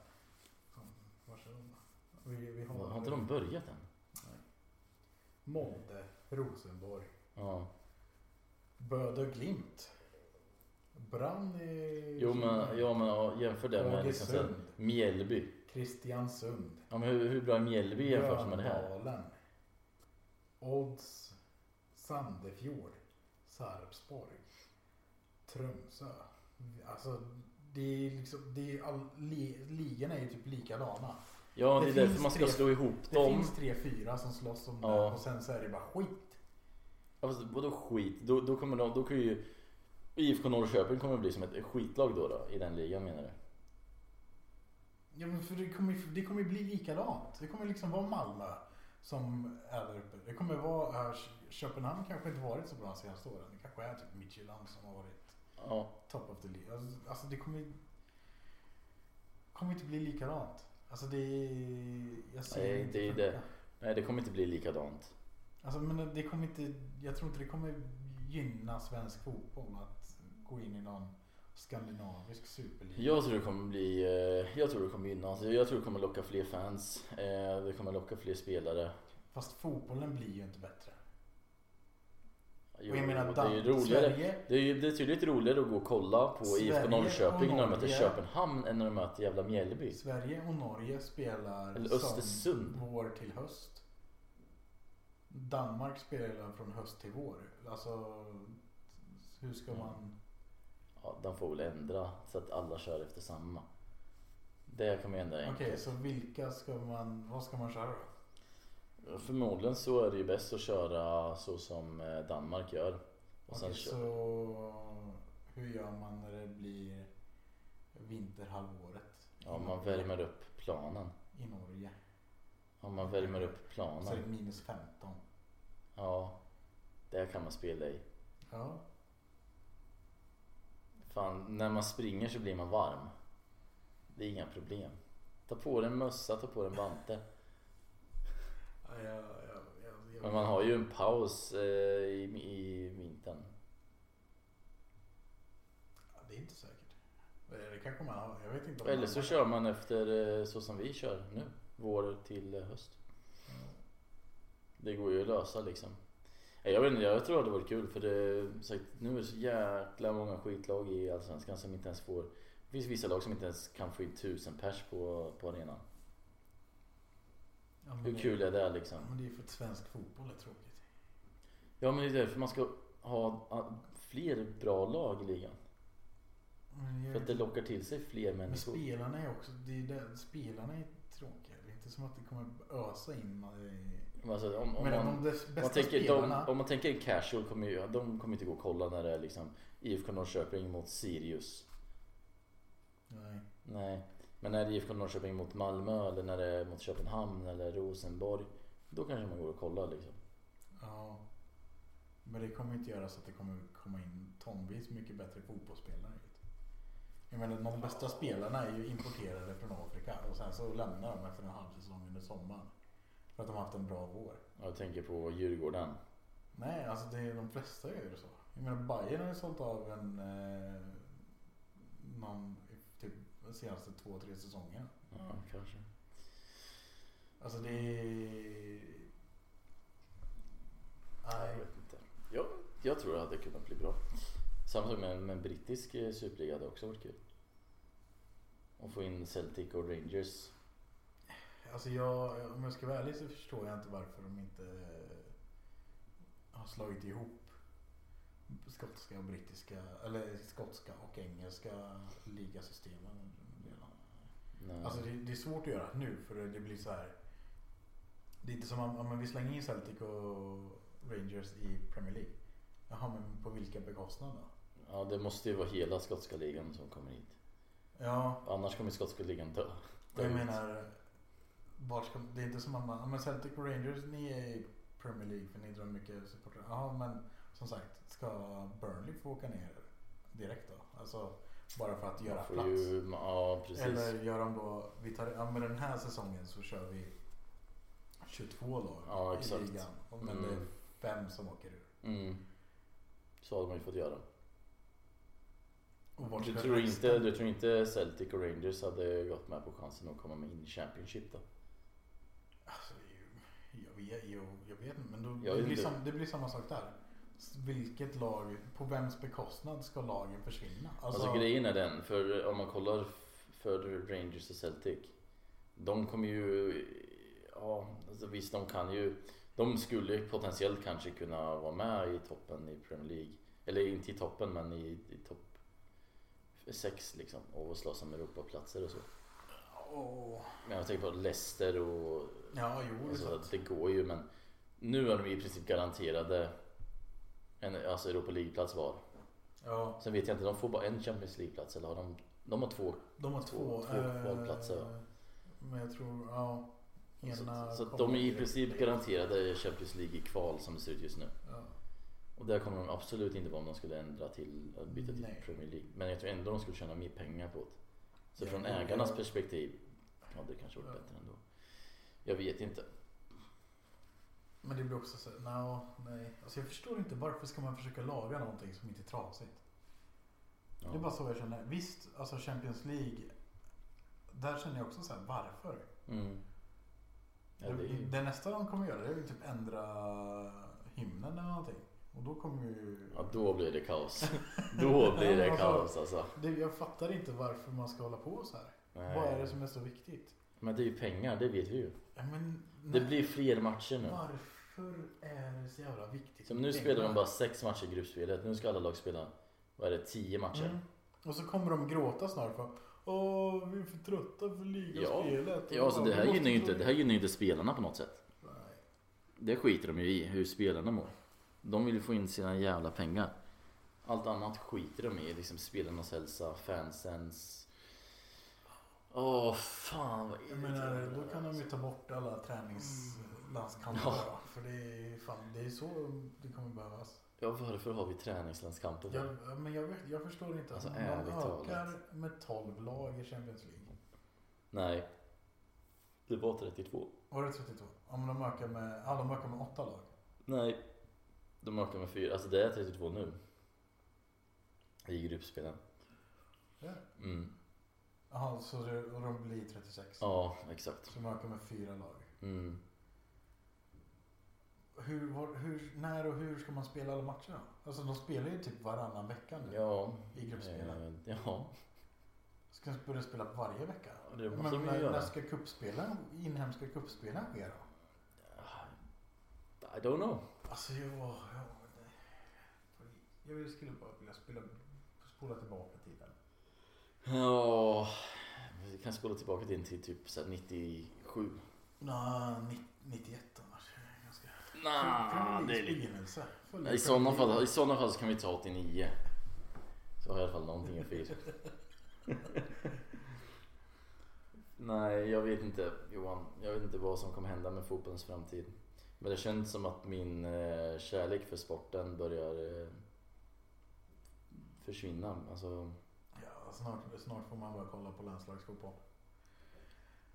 S3: Mm, Varsågoda. Vi, vi har,
S1: Har inte de börjat än?
S3: Molde, Rosenborg,
S1: Ja.
S3: Böde och Glimt. Brann i...
S1: Jo men, ja, men ja, jämför det med liksom, så här,
S3: Ågesund,
S1: Mjällby.
S3: Kristiansund.
S1: Ja, men hur, hur bra är Mjällby jämfört med det här?
S3: Gröndalen. Odds. Sandefjord. Sarpsborg. Tromsö. Alltså det är liksom, det är all, li, ligorna är ju typ likadana.
S1: Ja,
S3: Det
S1: det, är därför
S3: finns
S1: man ska
S3: tre-
S1: slå ihop
S3: Det
S1: dem.
S3: finns tre, fyra som slåss om
S1: Ja.
S3: det och sen så är det bara skit.
S1: Ja, fast vadå skit? Då, då kommer de, då kan ju IFK Norrköping kommer bli som ett skitlag då, då i den ligan menar du?
S3: Ja, men för det kommer ju det kommer ju bli likadant. Det kommer liksom vara Malmö som är där uppe. Det kommer vara, här, Köpenhamn kanske inte varit så bra de senaste åren. Det kanske är typ Midtjylland som har varit
S1: Ja,
S3: top of the league. Alltså, alltså det kommer ju- kommer inte bli likadant. Alltså det är... Jag
S1: Nej, det är
S3: inte
S1: det. nej det kommer inte bli likadant.
S3: Alltså, men det kommer inte, jag tror inte det kommer gynna svensk fotboll att gå in i någon skandinavisk superliga.
S1: Jag tror det kommer bli, eh, jag tror det kommer gynna, alltså, jag tror det kommer locka fler fans, eh, det kommer locka fler spelare.
S3: Fast fotbollen blir ju inte bättre.
S1: Jo,
S3: och jag menar,
S1: det är ju
S3: Dan-
S1: roligare.
S3: Sverige,
S1: Det är ju det är tydligt roligare att gå och kolla på
S3: Sverige
S1: IFK
S3: och
S1: Norrköping när de möter
S3: Norge.
S1: Köpenhamn än när de möter jävla Mjällby.
S3: Sverige och Norge spelar
S1: Eller
S3: som
S1: Östersund.
S3: vår till höst. Danmark spelar från höst till vår. Alltså, hur ska
S1: Mm.
S3: man...
S1: Ja, de får väl ändra så att alla kör efter samma. Det kommer ändra
S3: Okej,
S1: enkelt.
S3: så vilka ska man... Vad ska man köra då?
S1: Förmodligen så är det ju bäst att köra så som eh, Danmark gör. Och sen
S3: Okej,
S1: kö-
S3: så hur gör man när det blir vinterhalvåret?
S1: ja,
S3: i
S1: man
S3: Norge?
S1: värmer upp planen.
S3: I Norge.
S1: Ja, man värmer upp
S3: Så är det
S1: planen.
S3: minus 15.
S1: Ja, det kan man spela i.
S3: Ja,
S1: Fan, när man springer så blir man varm. Det är inga problem. Ta på dig en mössa, ta på dig en vante.
S3: ja, ja, ja, ja.
S1: Men man har ju en paus eh, i, i vintern.
S3: Ja, det är inte säkert. Eh, Det kanske man har. Jag vet inte.
S1: Eller så
S3: man-
S1: kör man efter eh, så som vi kör nu. Vår till eh, höst. Det går ju att lösa liksom. Nej, Jag vet inte, jag tror att det varit kul för det, som sagt, nu är det så jäkla många skitlag i Allsvenskan som inte ens får... Det finns vissa lag som inte ens kan få in tusen pers på, på arenan.
S3: Ja, men
S1: Hur
S3: det-
S1: kul är det
S3: Ja,
S1: liksom?
S3: men det är ju för att svensk fotboll är tråkigt.
S1: Ja men det är därför man ska ha ah, fler bra lag i ligan.
S3: Men jag-
S1: För att det lockar till sig fler
S3: Men
S1: människor.
S3: spelarna är också... Det är det, spelarna är tråkiga. Det är inte som att det kommer ösa in. eh,
S1: Men Alltså, om, om
S3: men
S1: man,
S3: de bästa
S1: om man tänker,
S3: spelarna.
S1: de, om man tänker casual, kommer ju, de kommer inte gå och kolla när det är liksom IFK Norrköping mot Sirius.
S3: Nej.
S1: Nej, men när det är IFK Norrköping mot Malmö eller när det är mot Köpenhamn eller Rosenborg. Då kanske man går och kollar liksom.
S3: Ja. Men det kommer inte göra så att det kommer komma in tonvis mycket bättre fotbollsspelare. Jag menar de bästa spelarna är ju importerade från Afrika och sen så lämnar de efter en halv säsong under sommaren. För att de har haft en bra vår.
S1: Jag tänker på Djurgården.
S3: Nej, alltså det är de flesta gör ju så. Jag menar Bayern har ju sålt av en... Eh, någon i typ de senaste två, tre säsongerna.
S1: Ja, kanske.
S3: Alltså det är...
S1: Jag
S3: Nej.
S1: vet inte. Jag, jag tror det hade kunnat bli bra. Samtidigt med, med en brittisk eh, superliga hade också varit kul. Och få in Celtic och Rangers.
S3: Alltså jag, om jag ska vara ärlig så förstår jag inte varför de inte eh, har slagit ihop skotska och brittiska, eller skotska och engelska ligasystemen.
S1: Nej.
S3: Alltså det, det är svårt att göra nu för det blir så här. Det är inte som om om vi slänger in Celtic och Rangers i Premier League. Jaha, men på vilka bekostnad då?
S1: Ja, det måste ju vara hela skotska ligan som kommer hit.
S3: Ja,
S1: Annars kommer skotska ligan dö.
S3: Och Jag
S1: Dö ut.
S3: menar, vart ska, det är inte som att man, ja, men Celtic och Rangers, ni är i Premier League för ni drar mycket supportrar. Ja, men som sagt, ska Burnley få åka ner direkt då? Alltså, bara för att göra
S1: Man får
S3: plats?
S1: Ju, ja, precis.
S3: Eller gör de då, vi tar, ja men den här säsongen så kör vi 22 lag
S1: Ja,
S3: i
S1: exakt.
S3: ligan. Och- Men det
S1: Mm.
S3: är fem som åker ur.
S1: Mm. Så hade man ju fått göra.
S3: Och vart
S1: Du
S3: ska
S1: tror,
S3: resten-
S1: inte, du tror inte Celtic och Rangers hade gått med på chansen att komma med in i Championship då?
S3: Alltså, jag, vet, jag, jag vet inte, men då,
S1: Jag
S3: det,
S1: vet
S3: blir
S1: inte.
S3: sam, det blir samma sak där. S- Vilket lag, på vems bekostnad ska lagen försvinna?
S1: Alltså, grejen är den, för om man kollar f- för Rangers och Celtic. De kommer ju, ja alltså visst de kan ju, de skulle ju potentiellt kanske kunna vara med i toppen i Premier League. Eller inte i toppen men i, i topp 6 liksom och slåss om Europaplatser och så.
S3: Åh.
S1: Men jag tänker på Leicester och
S3: Ja, jo, det är
S1: alltså,
S3: sant.
S1: det går ju men nu är de i princip garanterade en alltså Europa League-plats var.
S3: Ja,
S1: Sen vet jag inte, de får bara en Champions League-plats eller har de, de har två
S3: de har
S1: Två-
S3: två, eh,
S1: två kvalplatser, va?
S3: Men jag tror, ja. Ena
S1: Så, så att de
S3: kommer
S1: är i
S3: direkt.
S1: princip garanterade Champions League i kval som det ser ut just nu.
S3: Ja.
S1: Och där kommer de absolut inte vara om de skulle ändra till att byta till
S3: Nej.
S1: Premier League. Men jag tror ändå de skulle tjäna mer pengar på det. Så
S3: Ja,
S1: från
S3: det-
S1: ägarnas perspektiv hade det kanske varit
S3: Ja.
S1: bättre ändå. Jag vet inte.
S3: Men det blir också så här, no, nej. Alltså jag förstår inte varför ska man försöka laga någonting som inte är trasigt. Det är bara så jag känner. Visst, alltså Champions League. Där känner jag också så här, varför?
S1: Mm. Ja, det är
S3: det,
S1: ju...
S3: det nästa de kommer göra det är väl typ ändra hymnen eller någonting. Och då kommer ju...
S1: ja, då blir det kaos. Då blir det kaos alltså.
S3: Det, jag fattar inte varför man ska hålla på så här. Vad är det
S1: Nej.
S3: som är så viktigt?
S1: Men det är ju pengar, det vet vi ju.
S3: Ja, Men,
S1: Det
S3: nej.
S1: blir fler matcher nu.
S3: Varför är det så jävla viktigt? Mm.
S1: Som nu spelar de bara sex matcher i gruppspelet. Nu ska alla lag spela, vad är det, tio matcher?
S3: Mm. Och så kommer de gråta snart för Åh, vi är för trötta för ligaspelet.
S1: Ja, alltså det här
S3: Vi
S1: gynnar ju
S3: måste
S1: inte, det här gynnar ju inte spelarna på något sätt.
S3: Nej.
S1: Det skiter de ju i, hur spelarna mår. De vill ju få in sina jävla pengar. Allt annat skiter de i, liksom spelarnas hälsa, fansens... Åh fan vad
S3: Jag
S1: irriterande
S3: menar,
S1: det
S3: då
S1: där,
S3: kan de
S1: alltså.
S3: ju ta bort alla träningslandskamper.
S1: Ja.
S3: då, För det är fan, det är så det kommer behövas.
S1: Ja varför har vi träningslandskamper?
S3: Jag, men jag, vet- jag förstår inte.
S1: Alltså,
S3: Om
S1: ärligt
S3: man
S1: talat.
S3: ökar med 12 lag i Champions League.
S1: Nej. Det var 32.
S3: Var det 32? Om de ökar med, ja, de ökar med 8 lag.
S1: Nej. De ökar med fyra. Alltså det är 32 nu. I gruppspelen.
S3: Ja.
S1: Mm.
S3: Jaha, så det, och de blir 36.
S1: Ja, exakt.
S3: Så de ökar med 4 lag.
S1: Mm.
S3: Hur, var, hur, när och hur ska man spela alla matcher då? Alltså de spelar ju typ varannan vecka nu
S1: Ja.
S3: i gruppspelen.
S1: Eh, ja.
S3: Ska de börja spela varje vecka?
S1: Ja, det måste
S3: Men
S1: de ju
S3: när,
S1: göra.
S3: när ska cupspelen, inhemska cupspelen ske då?
S1: I don't know.
S3: Alltså jag var... Jag, jag vill- skulle bara vilja spela, spola tillbaka tiden.
S1: Ja. Vi kan spola tillbaka din till typ så här 97.
S3: Nå, ni- 91 annars. är det Ganska...
S1: Nah, Ah, det är lite...
S3: lite...
S1: I sådana fall, i sådana fall så kan vi ta 89. Så har jag i alla fall någonting att fira. Nej, jag vet inte Johan. Jag vet inte vad som kommer hända med fotbollens framtid. Men det känns som att min eh, kärlek för sporten börjar eh, försvinna. Alltså,
S3: Ja, snart, snart får man bara kolla på landslagsfotboll.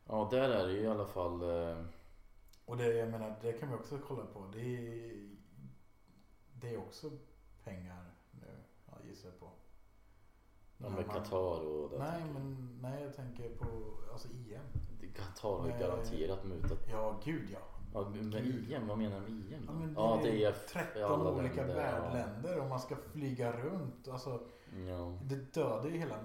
S1: ja, där är det ju i alla fall. Eh,
S3: Och det, jag menar, det kan vi också kolla på. Det är, det är också pengar nu, jag gissar på.
S1: de
S3: När
S1: med
S3: man-
S1: Qatar och det.
S3: Nej, men nej, jag tänker på alltså EM.
S1: Det- Qatar har ju
S3: Nej.
S1: garanterat mutat.
S3: Ja, gud ja.
S1: Ja, men IM, vad menar du med IM?
S3: Mm. ja,
S1: då?
S3: men det,
S1: Ja,
S3: är
S1: i
S3: 13
S1: alla
S3: olika
S1: länder, ja.
S3: värdländer och man ska flyga runt. Alltså,
S1: Ja.
S3: det dödar ju hela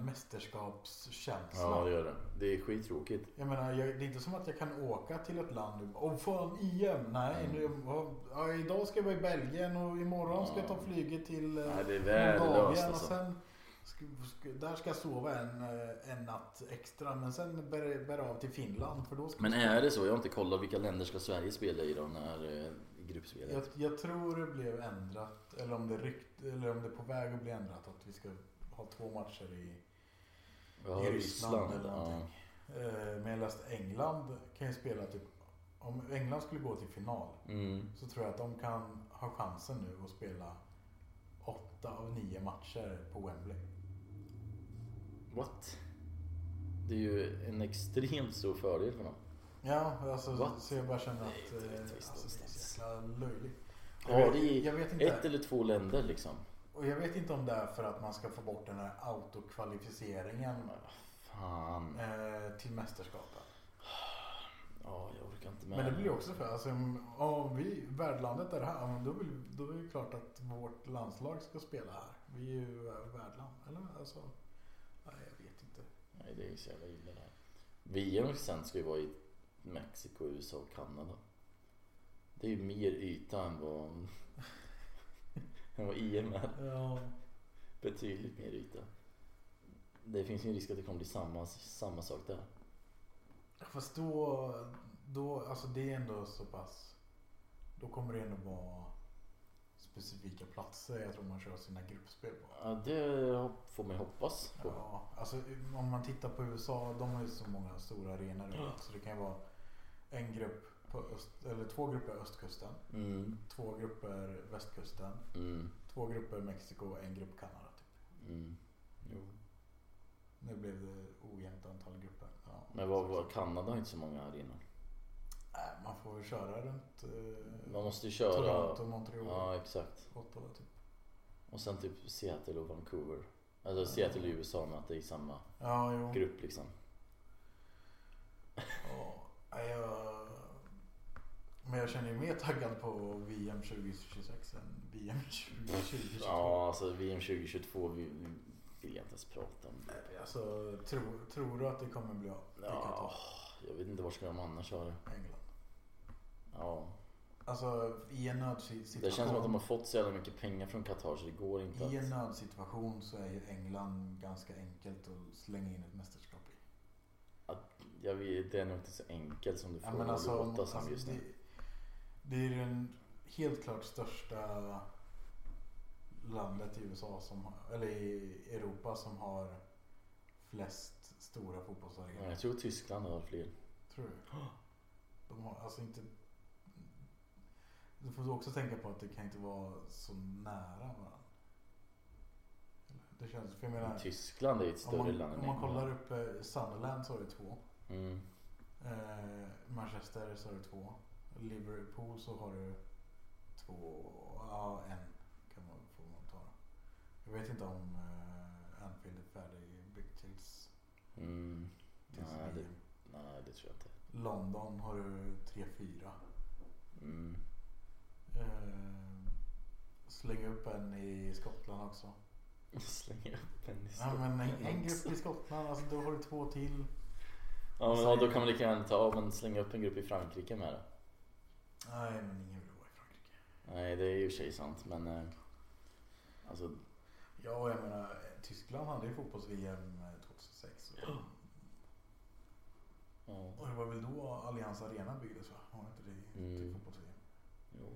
S3: mästerskapskänslan.
S1: Ja det gör det. Det är skittråkigt.
S3: Jag menar, jag, det är inte som att jag kan åka till ett land och bara, Åh fan, igen! Nej,
S1: Mm.
S3: nu, vad- ja, idag ska jag vara i Belgien och imorgon ska jag ta
S1: Ja.
S3: flyget till eh,
S1: Nej det är värdelöst
S3: Moldavien och
S1: alltså.
S3: sen ska, ska, där ska jag sova en, eh, en natt extra. Men sen bär, bär av till Finland för då ska
S1: Men är det så? Jag har inte kollat vilka länder ska Sverige spela i då när eh, i
S3: jag,
S1: gruppspelet?
S3: jag tror det blev ändrat, eller om det, rykt, eller om det är på väg att bli ändrat, att vi ska ha två matcher i
S1: Ja,
S3: i Ryssland
S1: Ryssland.
S3: eller
S1: Ja.
S3: någonting. Eh, Men jag läste England kan ju spela typ Om England skulle gå till final
S1: Mm.
S3: så tror jag att de kan ha chansen nu att spela åtta av nio matcher på Wembley.
S1: What? Det är ju en extremt stor fördel för dem.
S3: Ja, alltså,
S1: What?
S3: så jag bara känner
S1: Nej,
S3: att
S1: det är
S3: eh,
S1: trist
S3: alltså, det är
S1: någonstans.
S3: så jäkla löjligt. Jag
S1: Ja,
S3: vet-
S1: det är
S3: jag vet inte.
S1: ett eller två länder liksom.
S3: Och jag vet inte om det är för att man ska få bort den här autokvalificeringen
S1: Fan.
S3: eh, till mästerskapen.
S1: Ja, jag orkar inte med.
S3: Men det blir ju också för alltså, om- om vi, värdlandet är det här, ja, men då, vill, då är det ju klart att vårt landslag ska spela här. Vi är ju eh, värdland, eller? Alltså, nej, jag vet inte.
S1: Nej, det är ju så jävla illa det här. VM sen ska ju vara i Mexiko, USA och Kanada. Det är ju mer yta än vad, än vad EM är.
S3: Ja.
S1: Betydligt mer yta. Det finns ju en risk att det kommer bli samma, samma sak där.
S3: Fast då, då, alltså det är ändå så pass, då kommer det ändå vara specifika platser jag tror man kör sina gruppspel på.
S1: Ja, det får man ju hoppas på.
S3: Ja, alltså om man tittar på USA, de har ju så många stora arenor överallt, så det kan ju vara en grupp på öst, eller två grupper östkusten.
S1: Mm,
S3: Två grupper västkusten,
S1: mm,
S3: två grupper Mexiko och en grupp Kanada. Typ.
S1: mm. Jo.
S3: Nu blev det ojämnt antal grupper. Ja.
S1: Men vad, vad, Kanada har inte så många arenor.
S3: Nej, Äh, man får väl köra runt eh,
S1: Man måste ju köra...
S3: Toronto, Montreal,
S1: Ja, exakt.
S3: Ottawa typ.
S1: Och sen typ Seattle och Vancouver. Alltså Seattle i USA men att det är i samma
S3: Ja, jo.
S1: grupp liksom.
S3: Ja, nej, jag... Men jag känner ju mer taggad på VM 2026 än VM 2022.
S1: Ja, alltså VM 2022 vi- vill jag inte ens prata om.
S3: Nej, Alltså, tror, tror du att det kommer bli av? i
S1: Ja,
S3: Qatar?
S1: jag vet inte var ska de annars ha det.
S3: England.
S1: Ja.
S3: Alltså i en nödsituation.
S1: Det känns som att de har fått så jävla mycket pengar från Qatar så det går inte
S3: I en
S1: att...
S3: nödsituation så är ju England ganska enkelt att slänga in ett mästerskap i.
S1: Jag vet, det är nog inte så enkelt som du
S3: Ja,
S1: får
S3: men alltså, om-
S1: låta som
S3: alltså,
S1: just
S3: det,
S1: nu.
S3: det är ju den helt klart största landet i USA som har, eller i Europa som har flest stora fotbollsarenor.
S1: Men jag tror Tyskland har fler.
S3: Tror du? De har alltså inte... Du får också tänka på att det kan inte vara så nära varandra. Eller? Det känns, för jag
S1: Men
S3: menar,
S1: Tyskland är ju ett
S3: eh, om
S1: större
S3: man,
S1: land än
S3: om man
S1: England.
S3: kollar upp eh, Sunderland så har du två.
S1: Mm.
S3: Eh, Manchester så har du två. Liverpool så har du två, ja en kan man få man ta. då. Jag vet inte om eh, Anfield är färdigbyggt tills,
S1: Mm.
S3: tills
S1: Nej, det,
S3: VM.
S1: nej, det tror jag inte.
S3: London har du tre, fyra.
S1: Mm.
S3: Eh, Släng upp en i Skottland också.
S1: Slänga upp en i
S3: Ja, men
S1: Stockholm
S3: en, en
S1: också.
S3: grupp i Skottland, alltså då har du två till.
S1: Ja, men, ja, då kan man lika gärna ta av men slänga upp en grupp i Frankrike med det.
S3: Nej, men ingen vill vara i Frankrike.
S1: Nej, det är ju i och för sig sant men... eh, Alltså,
S3: Ja, jag menar, Tyskland hade ju eh, fotbolls-VM 2006. Och,
S1: ja.
S3: och det var väl då Allianz Arena byggdes va? Var det inte det till
S1: Mm.
S3: fotbolls-VM?
S1: Jo.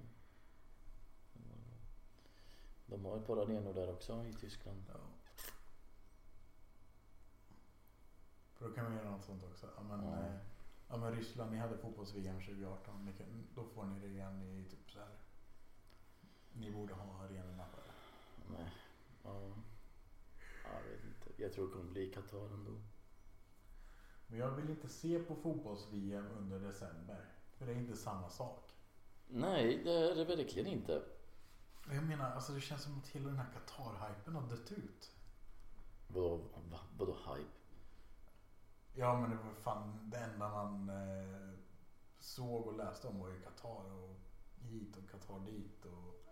S1: De har ett par arenor där också i Tyskland.
S3: Ja. För då kan vi göra något sånt också. Ja, men,
S1: Ja.
S3: Eh, ja, men Ryssland, ni hade fotbolls-VM 2018. Ni kan, då får ni det igen i typ så här. Ni borde ha arenorna för det.
S1: Nej. Ja. Ja, Jag vet inte. Jag tror det kommer bli Qatar ändå.
S3: Men jag vill inte se på fotbolls-VM under december. För det är inte samma sak.
S1: Nej, det är det verkligen inte.
S3: Jag menar, alltså det känns som att hela den här Qatar-hypen har dött ut.
S1: Vadå, va, vadå hype?
S3: Ja men det var fan det enda man eh, såg och läste om var ju Qatar och hit och Qatar dit och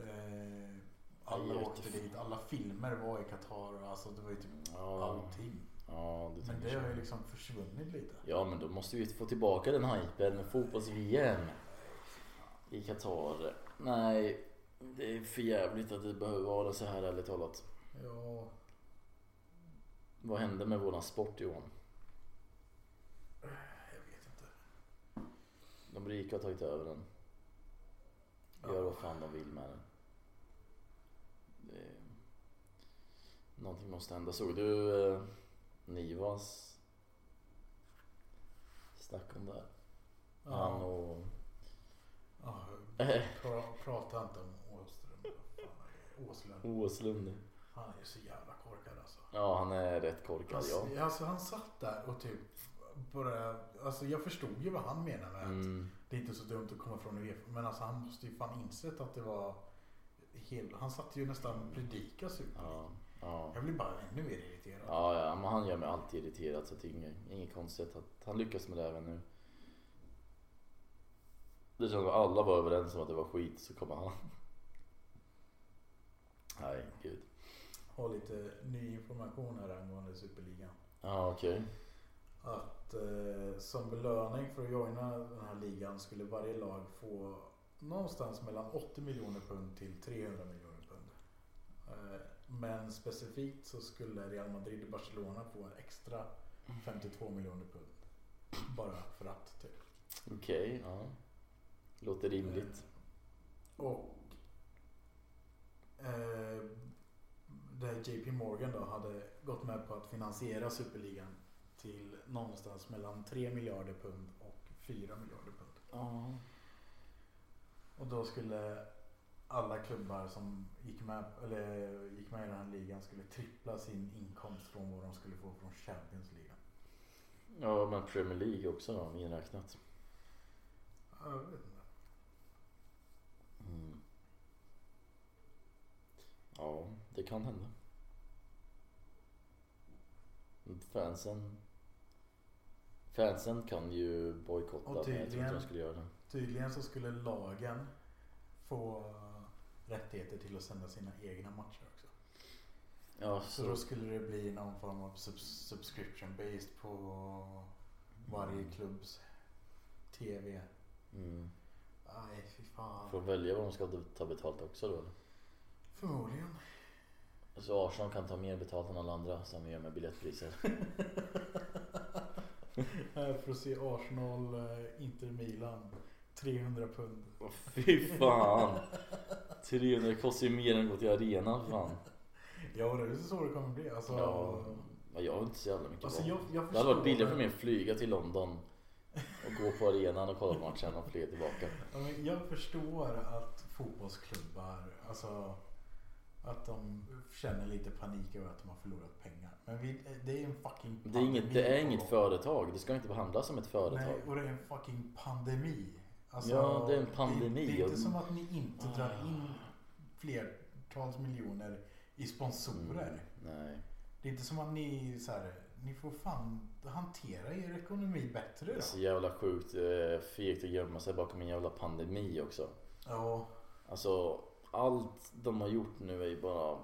S3: eh, alla
S1: Jag vet
S3: åkte
S1: inte.
S3: dit. Alla filmer var i Qatar. Alltså det var ju typ
S1: Ja,
S3: allting.
S1: ja du
S3: Men
S1: tänker
S3: det har ju
S1: så.
S3: liksom försvunnit lite.
S1: Ja, men då måste vi få tillbaka den hypen med fotbolls-VM i Qatar. Nej, det är för jävligt att det behöver vara så här ärligt talat.
S3: Ja,
S1: Vad hände med våran sport Johan?
S3: jag vet inte.
S1: De rika har tagit över den. Gör vad fan de vill med den. Det är... Någonting måste hända. Såg du eh, Nivas snack om det? här? Han
S3: Ja.
S1: och...
S3: Ja,
S1: Eh.
S3: pra, prata inte om Åström. Fan, Åslund.
S1: Åslund.
S3: Han är ju så jävla korkad alltså.
S1: Ja, han är rätt korkad ja.
S3: Alltså, alltså han satt där och typ bara, alltså jag förstod ju vad han menade med att
S1: Mm.
S3: det är inte så dumt att komma från Uefa. Men alltså han måste ju fan insett att det var hel, han satt ju nästan och predikade Super League.
S1: Ja, ja.
S3: Jag blir bara ännu mer irriterad.
S1: Ja, ja, men han gör mig alltid irriterad så det är inget, inget konstigt att han lyckas med det även nu. Det känns som att alla var överens om att det var skit så kommer han. Nej, gud.
S3: Har lite ny information här angående Superligan.
S1: Ja, okej.
S3: Att eh, som belöning för att joina den här ligan skulle varje lag få någonstans mellan 80 miljoner pund till 300 miljoner pund. Eh, men specifikt så skulle Real Madrid och Barcelona få en extra 52 miljoner pund. Bara för att typ.
S1: Okej, ja. Låter rimligt.
S3: Och eh, där JP Morgan då hade gått med på att finansiera Superligan till någonstans mellan 3 miljarder pund och 4 miljarder pund.
S1: Ja.
S3: Och då skulle alla klubbar som gick med, eller gick med i den här ligan skulle trippla sin inkomst från vad de skulle få från Champions League.
S1: Ja, men Premier League också då, inräknat.
S3: Ja, Jag vet inte.
S1: Mm. Ja, det kan hända. Fansen Fansen kan ju bojkotta
S3: Och
S1: men jag tror inte de
S3: tydligen-
S1: skulle göra det.
S3: Tydligen så skulle lagen få rättigheter till att sända sina egna matcher också.
S1: Ja,
S3: Så då skulle det bli någon form av sub- subscription based på varje klubbs TV.
S1: Mm.
S3: Aj, fy fan.
S1: Får välja vad de ska ta betalt också då eller?
S3: Förmodligen.
S1: Så Arsenal kan ta mer betalt än alla andra som gör med biljettpriser.
S3: Här får se Arsenal, eh, Inter Milan. 300 pund.
S1: Åh, Fy fan! 300 kostar ju mer än att gå till arenan för fan.
S3: Ja, det är så det kommer bli. Alltså,
S1: Ja, men jag har inte så jävla mycket
S3: alltså
S1: val.
S3: jag, jag
S1: Det hade varit
S3: förstår-
S1: billigare för mig att flyga till London och gå på arenan och kolla på matchen och flyga tillbaka.
S3: Ja, men Jag förstår att fotbollsklubbar, alltså att de känner lite panik över att de har förlorat pengar. Men vi, det är en fucking
S1: Det är inget, det är inget
S3: på gång.
S1: företag. Det ska inte behandlas som ett företag.
S3: Nej, och det är en fucking pandemi. Alltså,
S1: Ja, det är en pandemi
S3: Det, det är
S1: och-
S3: inte som att ni inte drar in flertals miljoner i sponsorer.
S1: Mm. Nej.
S3: Det är inte som att ni så här, ni får fan hantera er ekonomi bättre
S1: Det är
S3: då.
S1: så jävla sjukt eh, fegt att gömma sig bakom en jävla pandemi också.
S3: Ja,
S1: Alltså, allt de har gjort nu är ju bara...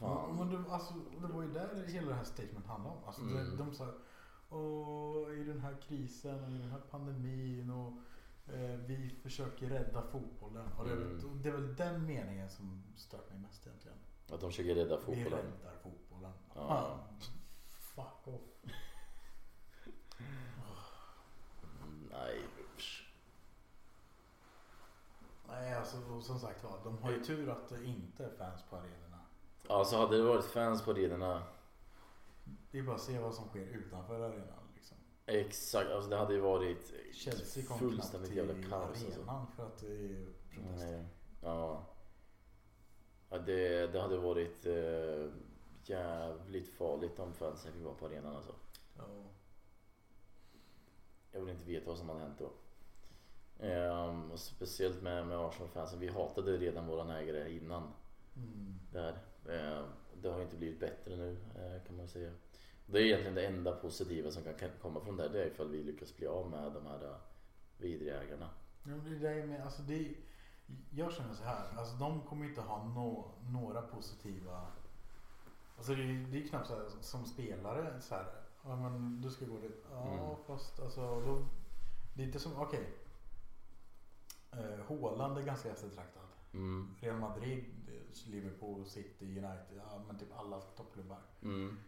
S3: Ja, Men
S1: Fan.
S3: det, alltså, det var ju där hela det här statement handlade om. Alltså,
S1: Mm.
S3: de, de sa Åh, i den här krisen och i den här pandemin och eh, vi försöker rädda fotbollen. Och det, är väl-
S1: Mm.
S3: och det är väl den meningen som stört mig mest egentligen.
S1: Att de försöker rädda
S3: Vi
S1: fotbollen.
S3: räddar fotbollen.
S1: Ja.
S3: Fan, fuck off.
S1: Mm, Nej.
S3: Nej, alltså och som sagt var, de har ju tur att det inte är fans på arenorna.
S1: Alltså hade det varit fans på arenorna.
S3: Det är bara att se vad som sker utanför arenan. Liksom.
S1: Exakt. Alltså det hade ju varit
S3: Chelsea kom knappt
S1: fullständigt
S3: till
S1: jävla
S3: arenan
S1: kaos. Alltså.
S3: för att det är protester.
S1: Nej. Ja. ja det, det hade varit eh, jävligt farligt om fansen fick vara på arenan alltså.
S3: Ja.
S1: Jag vill inte veta vad som hade hänt då. Ehm, och speciellt med, med Arsenal-fansen. Vi hatade redan våran ägare innan
S3: Mm.
S1: där. Ehm, det har inte blivit bättre nu eh, kan man säga. Det är egentligen det enda positiva som kan kan komma från det. Det är ifall vi lyckas bli av med de här eh, vidriga ägarna.
S3: Ja, men det där är med, alltså det är, jag känner så här, alltså de kommer inte ha nå några positiva... Alltså det, är- det är knappt så här, som spelare så här, ja men du ska gå dit. Ja
S1: Mm.
S3: fast alltså då, det är inte som, okej. Eh, Haaland är ganska eftertraktad.
S1: Mm.
S3: Real Madrid, eh, Liverpool, City, United, ja men typ alla toppklubbar.
S1: Mm.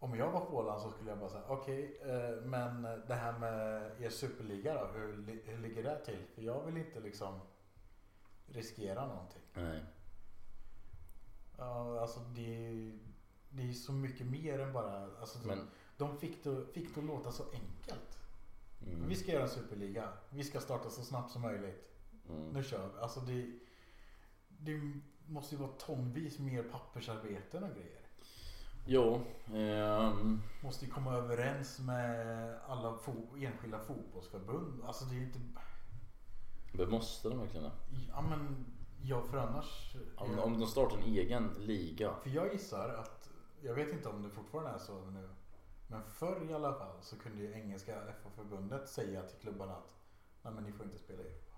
S3: Om jag var Haaland så skulle jag bara säga okej, eh, men det här med er superliga då, hur, li- hur ligger det till? För jag vill inte liksom riskera någonting.
S1: Nej.
S3: Ja, alltså det, det är så mycket mer än bara, alltså
S1: Men,
S3: de fick det, fick det att låta så enkelt.
S1: mm.
S3: Vi ska göra en superliga, vi ska starta så snabbt som möjligt.
S1: Mm.
S3: Nu kör vi. Alltså det, det måste ju vara tonvis mer pappersarbeten och grejer.
S1: Jo. ehm,
S3: måste ju komma överens med alla fo- enskilda fotbollsförbund. Alltså det är ju inte...
S1: Men måste de verkligen det?
S3: Ja men, ja för annars... eh,
S1: Om, om de startar en egen liga.
S3: För jag gissar att, jag vet inte om det fortfarande är så nu. Men förr i alla fall så kunde ju engelska FA-förbundet säga till klubbarna att Nej men ni får inte spela i Europa.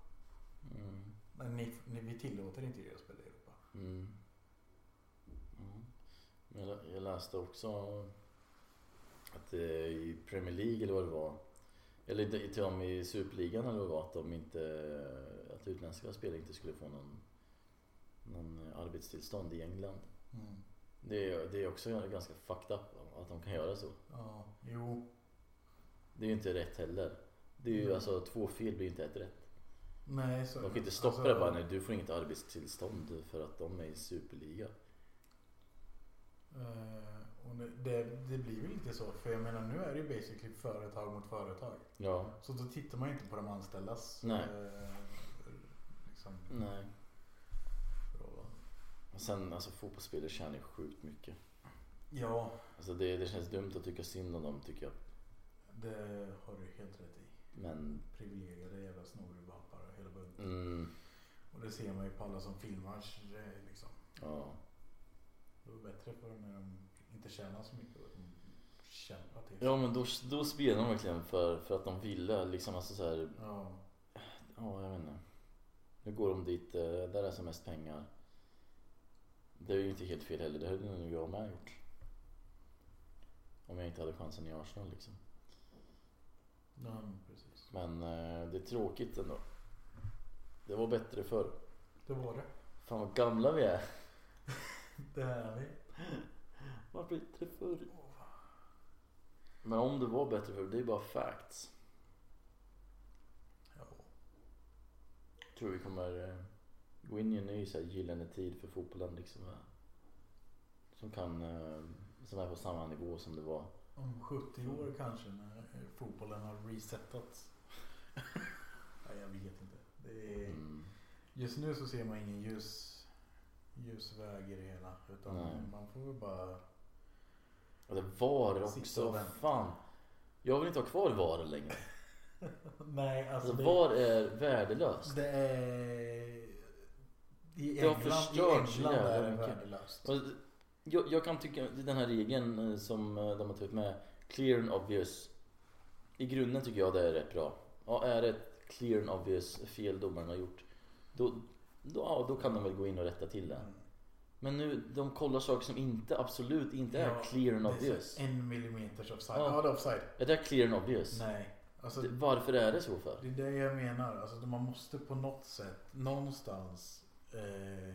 S1: Mm.
S3: Nej, ni, ni, vi tillåter inte er att spela i Europa.
S1: Mm. Mm. Jag, lä- jag läste också att eh, i Premier League eller vad det var. Eller inte- till och med i Superligan eller vad det var. Att, de inte, att utländska spelare inte skulle få någon, någon arbetstillstånd i England.
S3: Mm.
S1: Det är, det är också ganska fucked up att de kan göra så.
S3: Ja, jo.
S1: Det är ju inte rätt heller. Det är ju
S3: Mm.
S1: alltså två fel blir inte ett rätt.
S3: Nej så...
S1: De kan inte stoppa det
S3: Alltså-
S1: bara, nej du får inget arbetstillstånd för att de är i superliga.
S3: eh, och det, det, det blir väl inte så. För jag menar nu är det ju basically företag mot företag.
S1: Ja.
S3: Så då tittar man ju inte på de anställdas
S1: Nej.
S3: eh, liksom,
S1: Nej.
S3: förhållanden.
S1: Och sen alltså fotbollsspelare tjänar ju sjukt mycket.
S3: Ja,
S1: Alltså det, det känns dumt att tycka synd om dem tycker jag.
S3: det har du helt rätt i.
S1: Men
S3: privilegierade jävla snorvampar och hela bunten.
S1: mm,
S3: Och det ser man ju på alla som filmar. eh, Liksom.
S1: ja.
S3: Det var bättre för dem när de inte tjänar så mycket. och de Kämpar till.
S1: ja men då, då spelade de verkligen för, för att de ville liksom alltså så här,
S3: Ja.
S1: Ja, jag vet inte. Nu går de dit eh, där det är som mest pengar. Det är ju inte helt fel heller. Det hade nog jag med gjort. Om jag inte hade chansen i Arsenal liksom.
S3: Ja, men precis.
S1: Men eh, det är tråkigt ändå. Det var bättre förr.
S3: Det var det.
S1: Fan vad gamla vi är.
S3: Det här är vi.
S1: Vad bättre förr? Men om det var bättre förr, det är bara facts.
S3: Ja.
S1: Tror vi kommer eh, gå in i en ny så här, gyllene tid för fotbollen liksom. eh, Som kan, eh, som är på samma nivå som det var.
S3: Om 70 år kanske när eh, fotbollen har resetats. Nej, jag vet inte. Det är...
S1: Mm.
S3: Just nu så ser man ingen ljus, ljusväg i det hela. Utan
S1: Nej.
S3: man får väl bara...
S1: Och det var
S3: Sitta
S1: också,
S3: och vänta.
S1: fan. Jag vill inte ha kvar VAR längre.
S3: Nej, alltså
S1: Alltså
S3: det,
S1: VAR är värdelöst.
S3: det är... I
S1: Det har
S3: England, i
S1: förstört så
S3: England
S1: jävla
S3: är det
S1: mycket.
S3: värdelöst.
S1: Och jag, jag kan tycka att den här regeln eh, som eh, de har tagit med, clear and obvious. I grunden tycker jag det är rätt bra. Ja, är det ett clear and obvious fel domaren har gjort, då, då, ja, då kan de väl gå in och rätta till det.
S3: Mm.
S1: Men nu, de kollar saker som inte, absolut inte är
S3: Ja,
S1: clear and
S3: Det är så
S1: obvious.
S3: en millimeters offside.
S1: Ja.
S3: Ja, det är offside.
S1: Är det clear and obvious?
S3: Nej. Alltså,
S1: Det- Varför är det så för?
S3: det är det jag menar. Alltså, man måste på något sätt, någonstans... Eh,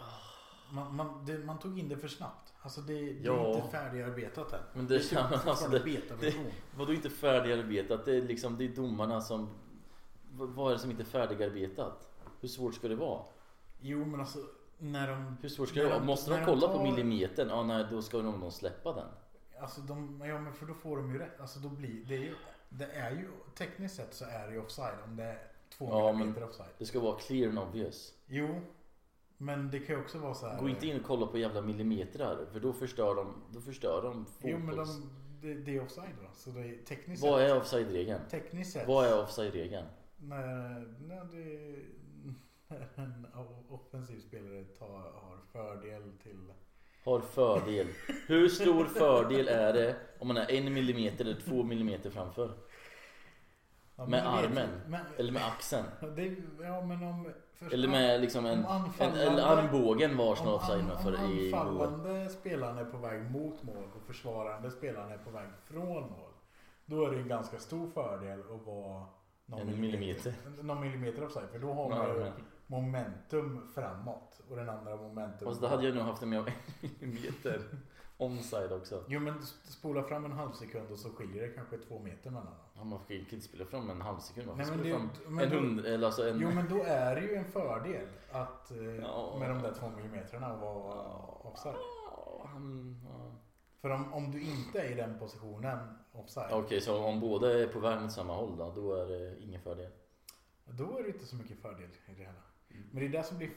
S1: Ah.
S3: man, man, det, man tog in det för snabbt. Alltså det, det
S1: Ja.
S3: är inte färdigarbetat än.
S1: Men det-
S3: är
S1: alltså,
S3: alltså,
S1: det-
S3: betaversion.
S1: Vadå inte färdigarbetat? Det är liksom det är domarna som... V- Vad är det som inte är färdigarbetat? Hur svårt ska det vara?
S3: Jo men alltså när de...
S1: Hur svårt ska
S3: när
S1: det vara? Måste de
S3: när
S1: kolla på
S3: tar-
S1: millimetern? Ja, nej, då ska nog någon släppa den.
S3: Alltså de, ja men för då får de ju rätt. Alltså då blir det är ju... Det är ju tekniskt sett så är det ju offside om det är två
S1: Ja,
S3: millimeter offside.
S1: Det ska vara clear and obvious.
S3: Jo. Men det kan ju också vara så här.
S1: Gå inte in och kolla på jävla millimetrar, för då förstör de, då förstör de fokus.
S3: Jo men de, det, det är offside då. Så det är tekniskt
S1: Vad
S3: sett.
S1: är offside-regeln?
S3: Tekniskt sett.
S1: Vad är offside-regeln?
S3: När, när, det, när en o- offensiv spelare tar, har fördel till...
S1: Har fördel. Hur stor fördel är det om man är en millimeter eller två millimeter framför?
S3: Ja,
S1: Med
S3: men det vet
S1: armen.
S3: jag. Men,
S1: Eller med axeln?
S3: det, är- ja men om... först-
S1: Eller med liksom en,
S3: Om
S1: en,
S3: anfallande-
S1: en armbågen var
S3: Om
S1: Arsenal offside
S3: an-
S1: med för
S3: om
S1: i går.
S3: anfallande spelaren är på väg mot mål och försvarande spelaren är på väg från mål. Då är det en ganska stor fördel att vara någon
S1: En
S3: Någon millimeter offside. För då har man ju momentum framåt. Och den andra momentum.
S1: Fast då hade jag nog haft det med om en millimeter offside också.
S3: Jo men spola fram en halv sekund och så skiljer det kanske två meter mellan dem.
S1: Ja, man får ju inte spela fram en halv sekund. Man får
S3: Nej, men
S1: spela fram
S3: det- men
S1: en
S3: då-
S1: hund, eller alltså en...
S3: Jo men då är det ju en fördel att eh,
S1: Ja.
S3: med de där två millimeterna att vara offside.
S1: Ja, han- ja.
S3: För om, om du inte är i den positionen offside.
S1: Okej, så om båda är på väg mot samma håll då, då är det ingen fördel.
S3: Då är det inte så mycket fördel i det hela. Men det är det som blir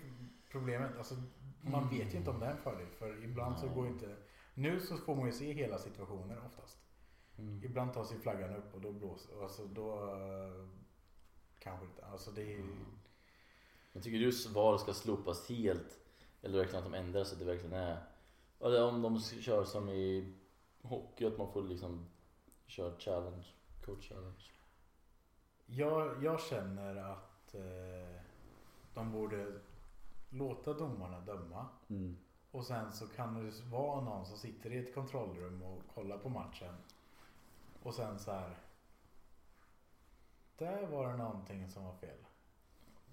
S3: problemet. Alltså, man vet ju inte om det är en fördel. För ibland så
S1: Nej.
S3: går inte... Nu så får man ju se hela situationen oftast.
S1: Mm.
S3: Ibland tas ju flaggan upp och då blåser... Alltså då... eh, Kanske inte. Alltså det är ju...
S1: Mm. Jag tycker just VAR ska slopas helt. Eller verkligen att de ändrar så att det verkligen är... Eller om de kör som i hockey, att man får liksom köra challenge, coach challenge.
S3: Jag, jag känner att eh, de borde låta domarna döma.
S1: Mm.
S3: Och sen så kan det vara någon som sitter i ett kontrollrum och kollar på matchen. Och sen så här. Där var det någonting som var fel.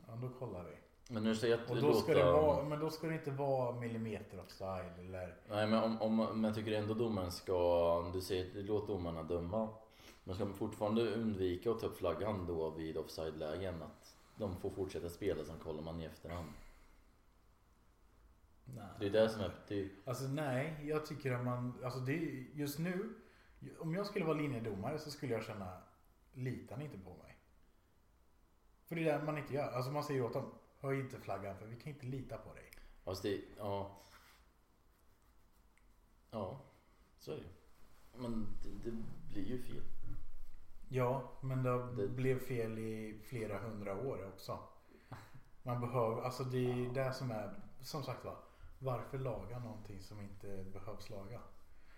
S3: Ja, då kollar vi.
S1: Men nu säger jag att
S3: Och då ska det vara, men då ska det inte vara millimeter offside eller...
S1: Nej men om, om, men jag tycker ändå domaren ska, om du säger att låt domarna döma. Men ska man fortfarande undvika att ta upp flaggan då vid offside-lägen? Att de får fortsätta spela, sen kollar man i efterhand. Det är det som är... Det är
S3: Alltså nej, jag tycker att man... Alltså det är, just nu, om jag skulle vara linjedomare så skulle jag känna, litar ni inte på mig? För det är det man inte gör. Alltså man säger åt dem, höj inte flaggan för vi kan inte lita på dig.
S1: alltså det, ja. Ja, så är det ju. Men det, det blir ju fel.
S3: Ja, men det,
S1: Det-
S3: blev fel i flera hundra år också. Man behöver, alltså det är
S1: Ja.
S3: det som är, som sagt va. Varför laga någonting som inte behövs laga?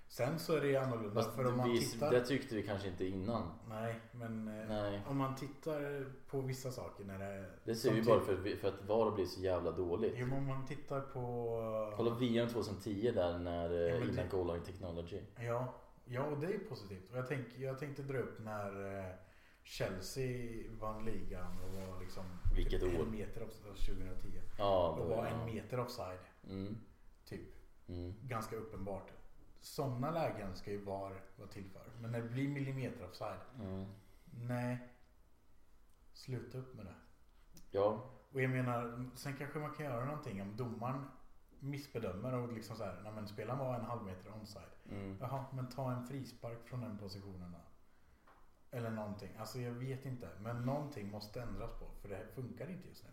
S3: Sen så är det ju annorlunda
S1: Fast
S3: för om man
S1: vi,
S3: tittar.
S1: det tyckte vi kanske inte innan.
S3: Nej, men eh,
S1: Nej.
S3: om man tittar på vissa saker när det
S1: Det ser
S3: som
S1: vi
S3: typ-
S1: bara för, att vi- för att VAR blir så jävla dåligt.
S3: Jo, men om man tittar på...
S1: Kolla VM 2010 där när eh,
S3: Ja, men
S1: innan
S3: det-
S1: Goal Line Technology.
S3: Ja, ja och det är positivt. Och jag, tänk, jag tänkte dra upp när eh, Chelsea vann ligan och var liksom...
S1: Vilket
S3: en
S1: år?
S3: meter alltså offside, 2010.
S1: Ja, det
S3: Och var
S1: var
S3: en meter offside,
S1: Mm,
S3: typ.
S1: mm.
S3: Ganska uppenbart. Sådana lägen ska ju VAR vara till för. Men när det blir millimeter offside,
S1: Mm.
S3: nej. Sluta upp med det.
S1: Ja,
S3: Och jag menar, sen kanske man kan göra någonting om domaren missbedömer och liksom så här, nej men spelaren var en halv meter onside.
S1: mm.
S3: Jaha, men ta en frispark från den positionen då. Eller någonting. Alltså jag vet inte. Men någonting måste ändras på. För det här funkar inte just nu.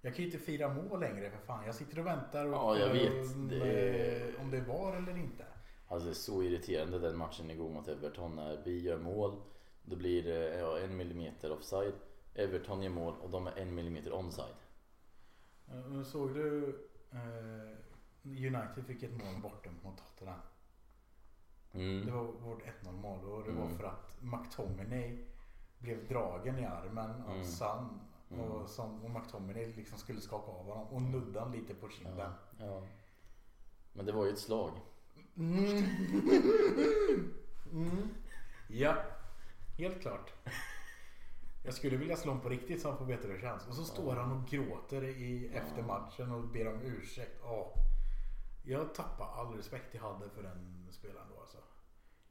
S3: Jag kan ju inte fira mål längre för fan. Jag sitter och väntar och
S1: Ja, jag vet.
S3: om
S1: Det
S3: det,
S1: är-
S3: om det var eller inte.
S1: Alltså det är så irriterande den matchen igår mot Everton när vi gör mål. Då blir det ja, en millimeter offside. Everton gör mål och de är en millimeter onside.
S3: Eh, Såg du eh, United fick ett mål bortom mot Tottenham. Det
S1: Mm.
S3: var vårt 1-0 mål och det var
S1: Mm.
S3: för att McTominay blev dragen i armen av
S1: Mm.
S3: Sun.
S1: Mm.
S3: Och, som, och McTominay liksom skulle skaka av honom och nudda honom lite på kinden.
S1: Ja, ja. Men det var ju ett slag.
S3: Mm. Mm. Ja, helt klart. Jag skulle vilja slå honom på riktigt så han får bättre chans. Och så står han och gråter i, efter matchen och ber om ursäkt. Ja. Jag tappar all respekt jag hade för den spelaren då alltså.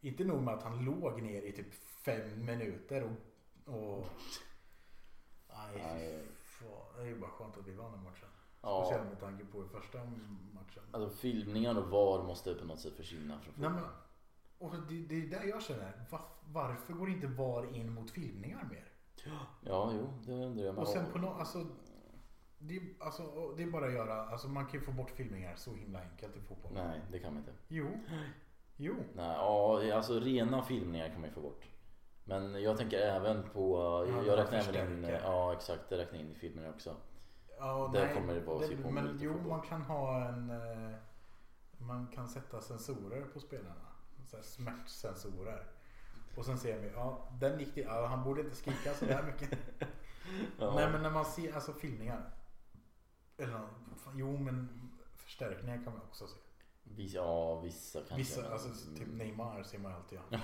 S3: Inte nog med att han låg ner i typ fem minuter och... och... Nej,
S1: Nej.
S3: fy fan. Det är ju bara skönt att vi vann den matchen.
S1: Ja.
S3: Speciellt med tanke på i första matchen.
S1: Alltså filmningar och VAR måste på något sätt försvinna från
S3: Nej, men,
S1: fotbollen.
S3: och det, det är där jag känner. Va, varför går inte VAR in mot filmningar mer?
S1: Ja, jo, det undrar jag med.
S3: Och sen på något... Alltså, det, alltså, och det är bara att göra. Alltså, man kan ju få bort filmningar så himla enkelt i fotboll.
S1: Nej, det kan man inte.
S3: Jo. Jo.
S1: Nej, ja, alltså rena filmningar kan man ju få bort. Men jag tänker även på,
S3: Ja,
S1: jag
S3: de
S1: räknar även in,
S3: förstärker.
S1: ja exakt, det räknar in i filmerna också.
S3: Ja,
S1: Där kommer det vara typ om det
S3: Men
S1: inte
S3: jo,
S1: får gå.
S3: man kan ha en... eh, Man kan sätta sensorer på spelarna. Så här smärtsensorer. Och sen ser vi, ja, den gick till, ja, han borde inte skrika sådär mycket.
S1: Ja.
S3: Nej men när man ser alltså filmningar. Eller någon- fan, jo men förstärkningar kan man också se.
S1: Vissa, ja, vissa kanske.
S3: Vissa, alltså typ
S1: Mm.
S3: Neymar ser man ju alltid. ja.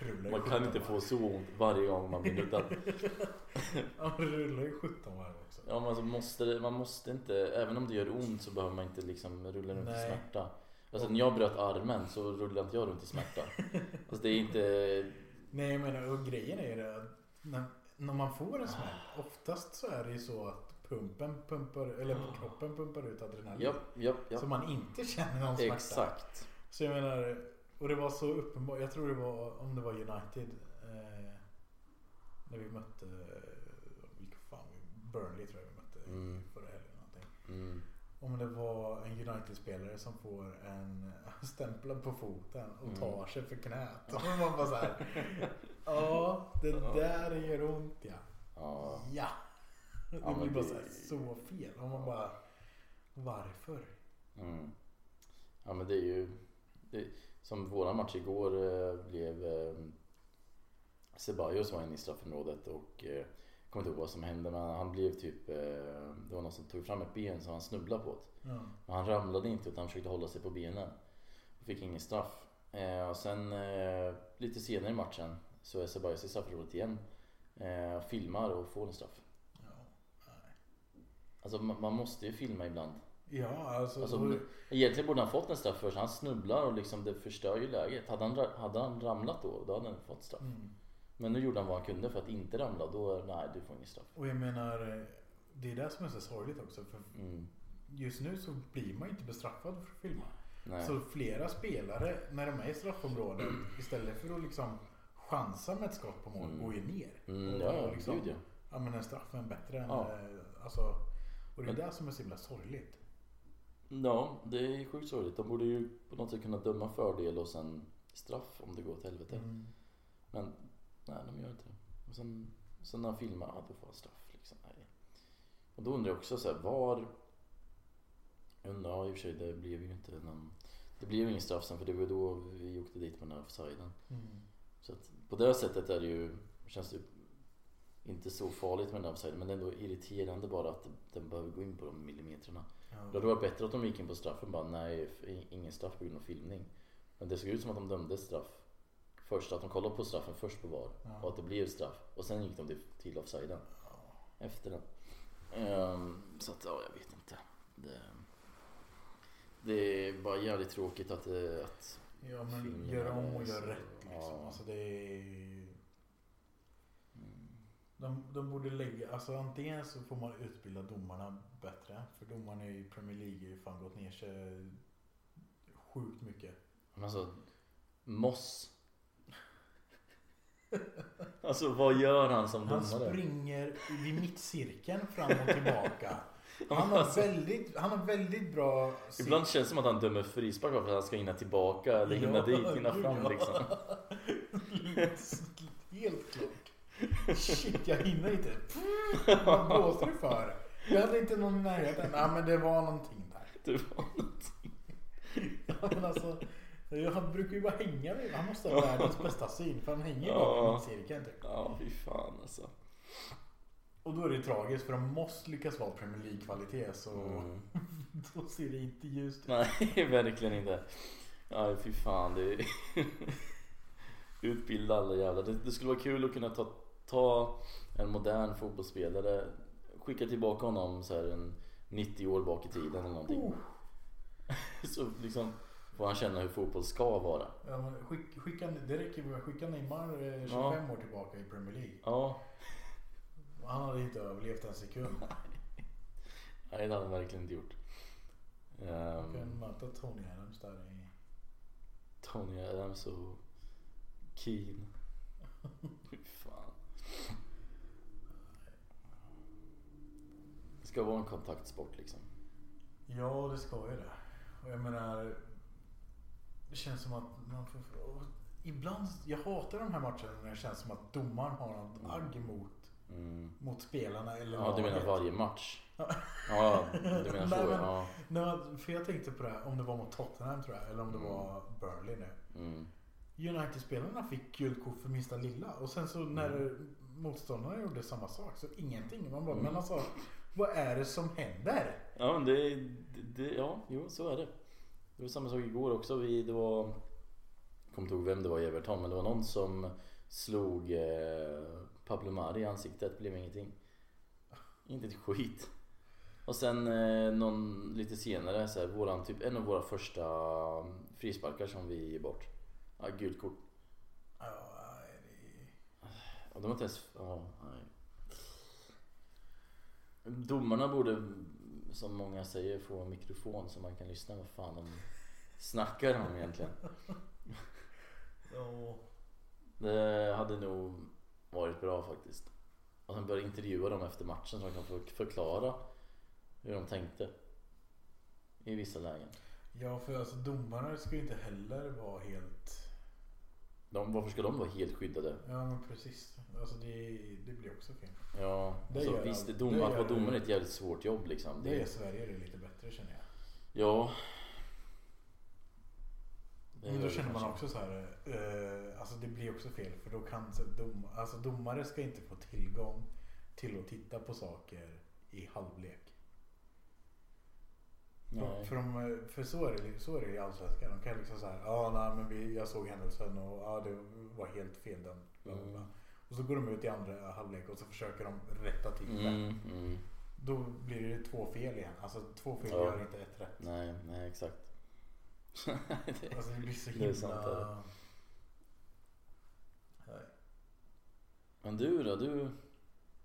S3: Rullar i
S1: Man kan
S3: 17
S1: inte få
S3: varv.
S1: så ont varje gång man blir nuddad.
S3: Ja, men rullar ju 17 varv också.
S1: Ja, men alltså måste, det- man måste inte, även om det gör ont så behöver man inte liksom rulla runt i
S3: Nej.
S1: smärta. Alltså när jag bröt armen så rullade inte jag runt i smärta. Alltså det är inte,
S3: Nej jag menar, och grejen är ju det att när, när man får en smäll. Oftast så är det ju så att pumpen pumpar, eller kroppen pumpar ut adrenalin.
S1: japp, japp, japp.
S3: Så man inte känner någon smärta.
S1: Exakt.
S3: Så jag menar, och det var så uppenbart. Jag tror det var om det var United. Eh, när vi mötte, eh, vilka fan, vi- Burnley tror jag vi mötte
S1: Mm.
S3: förra helgen. eller någonting.
S1: Mm.
S3: Om det var en United-spelare som får en stämpel på foten
S1: Mm.
S3: och tar sig för knät. Och man bara så här, ja det där gör ont ja.
S1: Ja.
S3: Ja. Det
S1: Ja, men
S3: blir bara
S1: det-
S3: så, här, så fel. Och man bara, varför?
S1: Mm. Ja men det är ju det, Som våran match igår eh, blev eh, Ceballos var inne i straffområdet och eh, kommer inte ihåg vad som hände men han blev typ eh, Det var någon som tog fram ett ben som han snubblade på.
S3: Ja.
S1: Men han ramlade inte utan han försökte hålla sig på benen. Fick ingen straff. Eh, och sen eh, lite senare i matchen så är Ceballos i straffområdet igen. Eh, filmar och får en straff.
S3: Ja. Nej.
S1: Alltså man, man måste ju filma ibland.
S3: Ja, alltså.
S1: Alltså,
S3: och-
S1: egentligen borde han fått en straff först. Han snubblar och liksom det förstör ju läget. Hade han, ra- hade han ramlat då, då hade han fått straff.
S3: mm.
S1: Men nu gjorde han vad han kunde för att inte ramla. Då, nej, du får ingen straff.
S3: Och jag menar, eh, det är det som är så sorgligt också. För
S1: Mm,
S3: just nu så blir man inte bestraffad för att filma.
S1: nej.
S3: Så flera spelare, när de är i straffområdet, istället för att liksom chansa med ett skott på mål,
S1: Mm.
S3: går ju ner.
S1: Mm,
S3: och
S1: ja, ja,
S3: liksom-
S1: gud ja.
S3: Ja men en straff är bättre än...
S1: Ja.
S3: eh, Alltså, och det är
S1: Men-
S3: det som är så himla sorgligt.
S1: Ja, det är sjukt sorgligt. De borde ju på något sätt kunna döma fördel och sen straff om det går åt helvete.
S3: Mm.
S1: Men nej, de gör inte det. Och sen, sen när han filmar, ja då får han straff. Liksom. Nej. Och då undrar jag också så här, var... Jag undrar, ja, i och för sig det blev ju inte någon... Det blev ju ingen straff sen för det var då vi åkte dit på den här offsiden.
S3: Mm.
S1: Så att på det här sättet är det ju, känns det inte så farligt med den här offsiden men det är ändå irriterande bara att den behöver gå in på de millimeterna. Det
S3: Ja.
S1: hade varit bättre att de gick in på straffen bara nej, f- ingen straff på grund av filmning. Men det såg ut som att de dömde straff först, att de kollade på straffen först på VAR och
S3: Ja.
S1: att det blev straff och sen gick de till, till offsiden efter den. Ehm, så att ja, jag vet inte. Det, det är bara jävligt tråkigt att, det- att
S3: ja men
S1: Filmen
S3: gör
S1: är
S3: om och gör
S1: så-
S3: rätt liksom.
S1: ja.
S3: Alltså det är...
S1: mm,
S3: De, de borde lägga, alltså antingen så får man utbilda domarna bättre. För domarna i Premier League har ju fan gått ner sig sjukt mycket.
S1: Men alltså, Moss. alltså vad gör han som
S3: Han
S1: domare?
S3: springer vid mittcirkeln fram och tillbaka. Han har
S1: Alltså,
S3: väldigt, han har väldigt bra... sikt.
S1: ibland känns det som att han dömer frispark bara för att han ska hinna tillbaka eller hinna
S3: Ja,
S1: dit, hinna
S3: gud,
S1: fram
S3: ja.
S1: liksom.
S3: Helt klart. Shit, jag hinner inte. Pff, Vad blåser det för? Jag hade inte någon i närheten. Nej, men det var någonting där.
S1: Det var-
S3: Ja, men alltså, jag brukar ju bara hänga vid. Han måste ha
S1: Ja.
S3: världens bästa syn för han hänger ju
S1: Ja.
S3: bara i cirkeln typ.
S1: Ja, fy fan alltså.
S3: Och då är det tragiskt för de måste lyckas vara Premier League-kvalitet så
S1: Mm.
S3: då ser det inte ljust ut.
S1: Nej, verkligen inte. Nej, fy fan. Det är... Utbilda alla jävlar. Det, det skulle vara kul att kunna ta, ta en modern fotbollsspelare, skicka tillbaka honom så här en 90 år bak i tiden eller någonting.
S3: Oh.
S1: Så liksom får han känna hur fotboll ska vara.
S3: Ja, men skick, skicka, det räcker med att skicka Neymar eh, 25 år tillbaka i Premier League.
S1: Ja,
S3: Han hade inte överlevt en sekund.
S1: Mm. nej, det hade han verkligen inte gjort. Ehm,
S3: Jag kan möta Tony Adams där i...
S1: Tony Adams och Keane. Fy fan. Det ska vara en kontaktsport liksom.
S3: Ja, det ska ju det. Och jag menar... Det känns som att man får... och Ibland... Jag hatar de här matcherna när det känns som att domaren har något
S1: Mm.
S3: agg mot,
S1: Mm.
S3: mot spelarna eller
S1: Ja, du menar
S3: laget.
S1: varje match? Ja, du menar så
S3: Nej, men-
S1: ja.
S3: Nej, men för jag tänkte på det här, om det var mot Tottenham tror jag, eller om det
S1: Mm.
S3: var Burnley nu.
S1: Mm.
S3: United-spelarna fick gult kort för minsta lilla och sen så när motståndarna gjorde samma sak så ingenting. Man bara,
S1: Mm.
S3: men alltså vad är det som händer?
S1: Ja, men det, det- det, ja, jo, så är det. Det var samma sak igår också. Vi, det var, jag kommer inte ihåg vem det var i Everton, men det var någon som slog eh, Pablo Mari i ansiktet. Det blev ingenting. Inte ett skit. Och sen eh, någon lite senare, så här, våran, typ, en av våra första frisparkar som vi ger bort. Ja, gult kort.
S3: Ja, det-
S1: Ja, de har inte ens... Ja, nej. Domarna borde, som många säger, få en mikrofon så man kan lyssna vad fan de snackar om egentligen.
S3: ja.
S1: Det hade nog varit bra faktiskt. Och sen börja intervjua dem efter matchen så de kan få förklara hur de tänkte. I vissa lägen.
S3: Ja, för alltså domarna ska ju inte heller vara helt...
S1: De, varför ska de vara helt skyddade?
S3: Ja, men precis. Alltså det, det blir också fel.
S1: Ja,
S3: Det
S1: alltså,
S3: gör
S1: visst,
S3: allt.
S1: dom,
S3: Det
S1: att
S3: gör
S1: vara
S3: allt.
S1: domare är ett jävligt svårt jobb liksom.
S3: Det är
S1: Det,
S3: Sverige det är lite bättre känner jag.
S1: ja. Det
S3: Men
S1: gör
S3: då
S1: det
S3: känner
S1: Eh,
S3: man
S1: kanske.
S3: också så här, eh, alltså det blir också fel för då kan så dom, alltså domare ska inte få tillgång till att titta på saker i halvlek. För,
S1: Nej.
S3: för, de, eh, för så är det, så är det i Allsvenskan. De kan liksom så här, ja nej men vi, jag såg händelsen och ja det var helt fel den. bla, bla, bla."
S1: Mm.
S3: Och så går de ut i andra halvlek och så försöker de rätta till det.
S1: Mm, mm.
S3: Då blir det två fel igen. Alltså två fel
S1: Ja.
S3: gör inte ett rätt.
S1: Nej, nej exakt. Det-
S3: Alltså det blir så
S1: Det är sant, det är
S3: himla... Nej.
S1: Men du då? Du,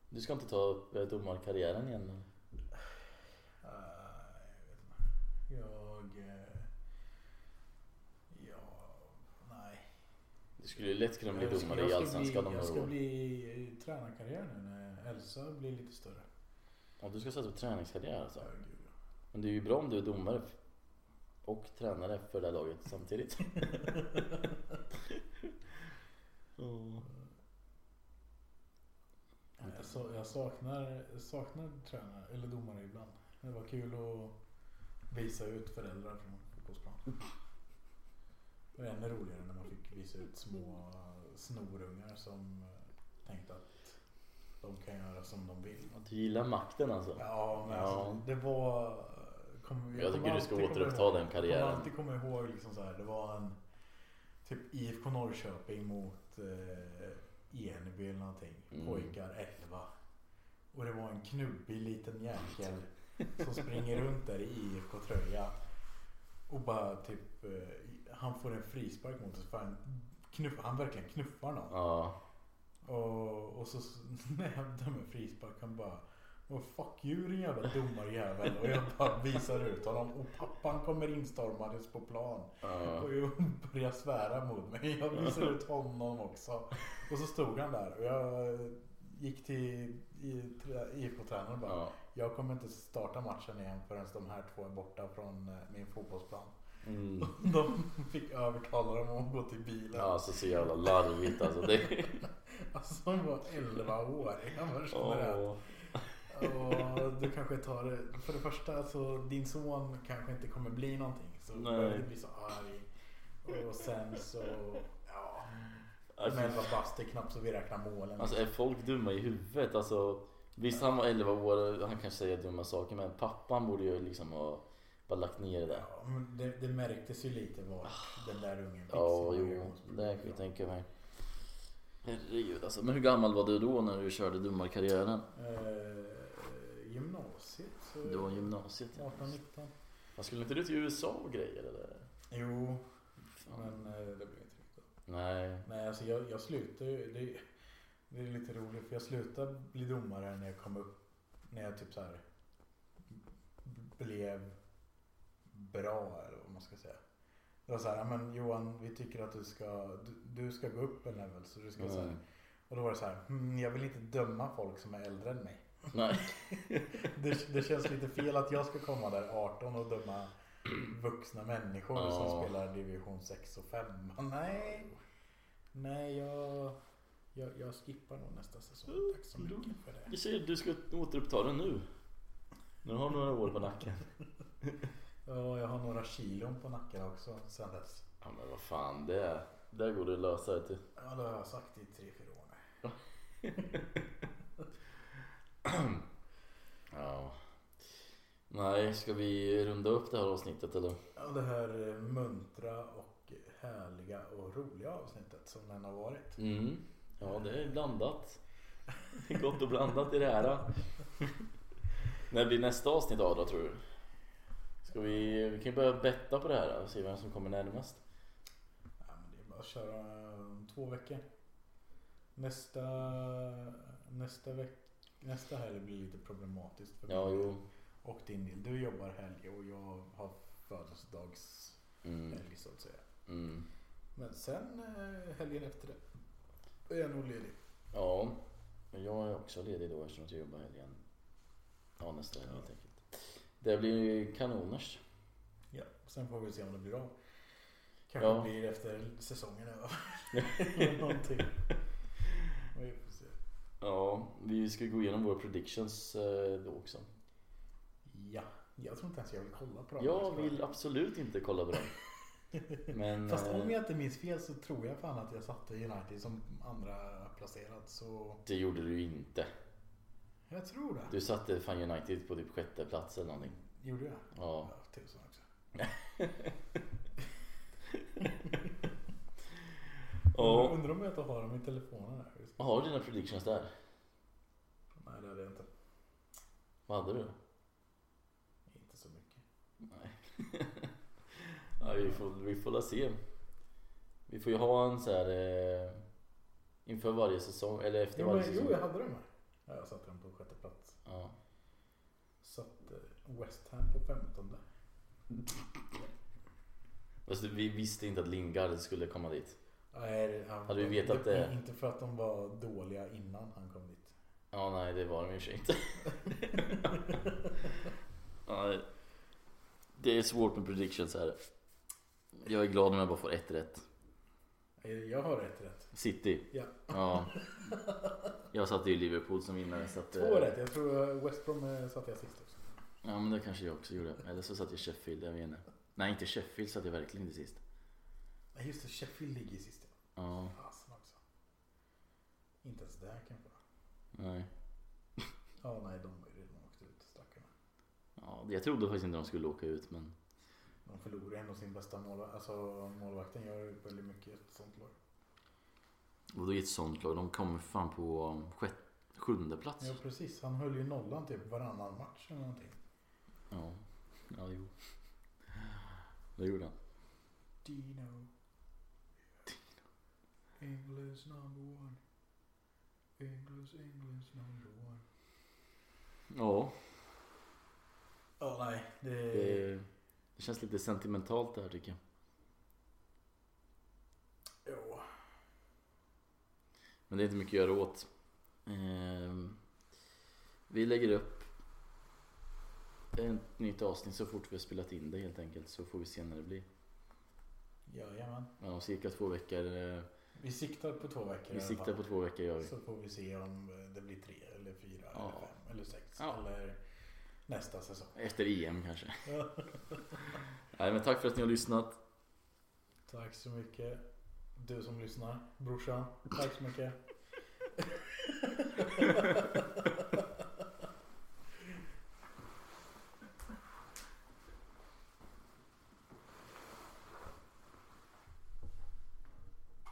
S1: du ska inte ta upp eh, domarkarriären igen? men-
S3: Eh, jag vet inte. Jag... eh, Ja... Nej.
S1: Du skulle ju lätt kunna bli
S3: Jag ska-
S1: domare
S3: jag
S1: i
S3: ska
S1: Allsvenskan
S3: bli-
S1: om
S3: Jag ska
S1: några år.
S3: bli eh, tränarkarriär nu när Elsa blir lite större.
S1: Ja, du ska sätta upp träningskarriär alltså.
S3: Ja, gud, ja.
S1: Men det är ju bra om du är domare f- och tränare för det här laget samtidigt. Ja.
S3: saknar, saknar tränare eller domare ibland. Det var kul att visa ut föräldrar från fotbollsplan. Det var ännu roligare när man fick visa ut små snorungar som eh, tänkte att de kan göra som de vill.
S1: Att du gillar makten alltså.
S3: Ja, men
S1: Ja.
S3: Alltså, det var... Kom,
S1: Jag tycker du ska återuppta den
S3: Jag kommer
S1: karriären.
S3: alltid komma ihåg liksom så här, det var en typ IFK Norrköping mot eh, Eneby eller någonting.
S1: Mm.
S3: Pojkar 11. Och det var en knubbig liten jäkel som springer runt där i IFK-tröja. Och bara typ, eh, han får en frispark mot sig för han, knuff, han verkligen knuffar någon.
S1: Ja.
S3: Och, och så när jag dömer frispark han bara Oh, fuck you din jävla domarjävel. Och jag bara visar ut honom. Och pappan kommer instormandes på plan.
S1: ja.
S3: Och jag börjar svära mot mig. Jag visar ut honom också. Och så stod han där. Och jag gick till I- trä- IFK-tränaren och bara.
S1: ja.
S3: Jag kommer inte starta matchen igen förrän de här två är borta från eh, min fotbollsplan.
S1: Mm.
S3: De fick övertala dem att gå till bilen.
S1: Ja, alltså så jävla larvigt alltså. Det...
S3: Alltså de var 11 år. Jag bara känner det.
S1: Åh.
S3: Och du kanske tar det. För det första så din son kanske inte kommer bli någonting. Så
S1: Nej.
S3: Nej. du bli så arg. Och sen så, ja.
S1: Alltså,
S3: Med 11 bast det är knappt så vi räknar målen.
S1: Alltså är folk dumma i huvudet? Alltså, visst han var 11 år, han kanske säger dumma saker men pappan borde ju liksom ha bara lagt ner det där.
S3: ja, men det, det märktes ju lite vad den där ungen fick.
S1: Ja,
S3: sina
S1: jo,
S3: reaktionsproblem
S1: det kan jag
S3: ifrån.
S1: tänka mig. Herregud alltså, men hur gammal var du då när du körde domarkarriären?
S3: Eh, gymnasiet. Så
S1: Du var i gymnasiet ja.
S3: 18-19.
S1: Vad, Skulle inte du till USA och grejer eller?
S3: Jo,
S1: Fan.
S3: men eh, det blev inte riktigt.
S1: Nej.
S3: Nej, alltså jag, jag slutade ju. Det, det är lite roligt för jag slutade bli domare när jag kom upp. När jag typ så här b- blev bra eller vad man ska säga. Det var så här, "Ja, men Johan vi tycker att du ska, du, du ska gå upp en level. Så du ska så här.
S1: Nej.
S3: Och då var det så här, "Hmm, jag vill inte döma folk som är äldre än mig.
S1: Nej.
S3: Det, det känns lite fel att jag ska komma där 18 och döma vuxna människor
S1: Ja.
S3: som spelar division 6 och 5. Men Nej, nej jag, jag, jag skippar nog nästa säsong. Tack så mycket för det.
S1: Du säger du ska återuppta den nu. Nu har du några år på nacken.
S3: Ja, jag har några kilon på nacken också sen dess.
S1: Ja men vad fan det är. Där går det att lösa det till.
S3: Ja, det har jag sagt i tre fyra år nu.
S1: Ja. Nej, ska vi runda upp det här avsnittet eller?
S3: Ja, det här eh, muntra och härliga och roliga avsnittet som den har varit.
S1: Mm. Ja, det är blandat. Det är Gott och blandat i det här. När blir nästa avsnitt av då tror du? Ska vi, vi kan ju börja betta på det här och se vem som kommer närmast.
S3: Ja, men det är bara att köra om två veckor. Nästa, nästa, veck, nästa helg blir lite problematiskt för mig.
S1: Ja, jo.
S3: Och din del. Du jobbar helg och jag har födelsedagshelg
S1: Mm.
S3: så att säga.
S1: Mm.
S3: Men sen eh, helgen efter det. Då är jag nog ledig.
S1: Ja, men jag är också ledig då eftersom jag jobbar helgen. Ja, nästa helg helt enkelt. Det blir ju kanoners.
S3: Ja. Sen får vi se om det blir av. Kanske
S1: Ja.
S3: blir efter säsongen är över. Eller någonting. Vi får se.
S1: Ja, vi ska gå igenom våra predictions eh, då också.
S3: Ja, jag tror inte ens jag vill kolla på dem.
S1: Jag vill absolut inte kolla på dem. Men
S3: Fast om
S1: eh,
S3: jag inte minns fel så tror jag fan att jag satte United som andra placerad så
S1: det gjorde du ju inte.
S3: jag tror det.
S1: Du satte fan United på typ sjätte plats eller någonting.
S3: Gjorde jag?
S1: Ja.
S3: tusen också. Undrar-
S1: ja.
S3: Undrar om jag inte har dem i telefonen här. Just-
S1: Har du dina predictions där?
S3: Nej det hade jag inte.
S1: Vad hade du?
S3: Inte så mycket.
S1: Nej. ja, vi får vi får la se. Vi får ju ha en så här eh, inför varje säsong eller efter
S3: Jo,
S1: varje
S3: men,
S1: säsong.
S3: jo jag hade dem här. Ja, jag satte dem på sjätte plats.
S1: ja.
S3: Satte West Ham på femtonde.
S1: Fast vi visste inte att Lingard skulle komma dit.
S3: Nej, han-
S1: Hade vi vetat
S3: det-
S1: det?
S3: Inte för att de var dåliga innan han kom dit.
S1: Ja, nej det var de i och för sig inte. ja, det är svårt med predictions här. Jag är glad om jag bara får ett rätt.
S3: Jag har rätt rätt.
S1: City.
S3: Ja.
S1: ja. Jag satte ju Liverpool som vinnare. Så att, eh,
S3: Två rätt. Jag tror West Brom eh, satte jag sist också.
S1: Ja men det kanske jag också gjorde. Eller så satt jag Sheffield, jag vet inte. Nej inte Sheffield satt jag verkligen inte sist.
S3: Nej just det, Sheffield ligger i sist.
S1: Ja,
S3: Fasen också. Inte ens där kanske.
S1: nej.
S3: Ja nej, de har ju redan åkt ut stackarna.
S1: Ja, jag trodde faktiskt inte de skulle åka ut men
S3: De förlorar ändå sin bästa målvakt. Alltså målvakten gör ju väldigt mycket i ett sånt lag.
S1: Och då är ett sånt lag, de kommer fan på sjätte, sjunde plats.
S3: Ja precis, han höll ju nollan typ varannan match eller någonting.
S1: Ja, ja jo. Det gjorde han.
S3: Dino. English number one. English, English number one.
S1: Ja,
S3: Ja nej, det...
S1: det, eh, det känns lite sentimentalt det här tycker jag.
S3: Jo.
S1: Men det är inte mycket att göra åt. Ehm, vi lägger upp ett nytt avsnitt så fort vi har spelat in det helt enkelt. Så får vi se när det blir.
S3: Jajamän.
S1: Ja, om cirka två veckor. eh,
S3: Vi siktar på två veckor. i
S1: Vi
S3: alla
S1: siktar
S3: fall.
S1: på två veckor gör vi.
S3: Så får vi se om det blir tre eller fyra
S1: Ja.
S3: eller fem eller sex
S1: Ja.
S3: eller nästa säsong.
S1: Efter EM kanske. Nej men tack för att ni har lyssnat.
S3: Tack så mycket. Du som lyssnar, brorsan. Tack så mycket.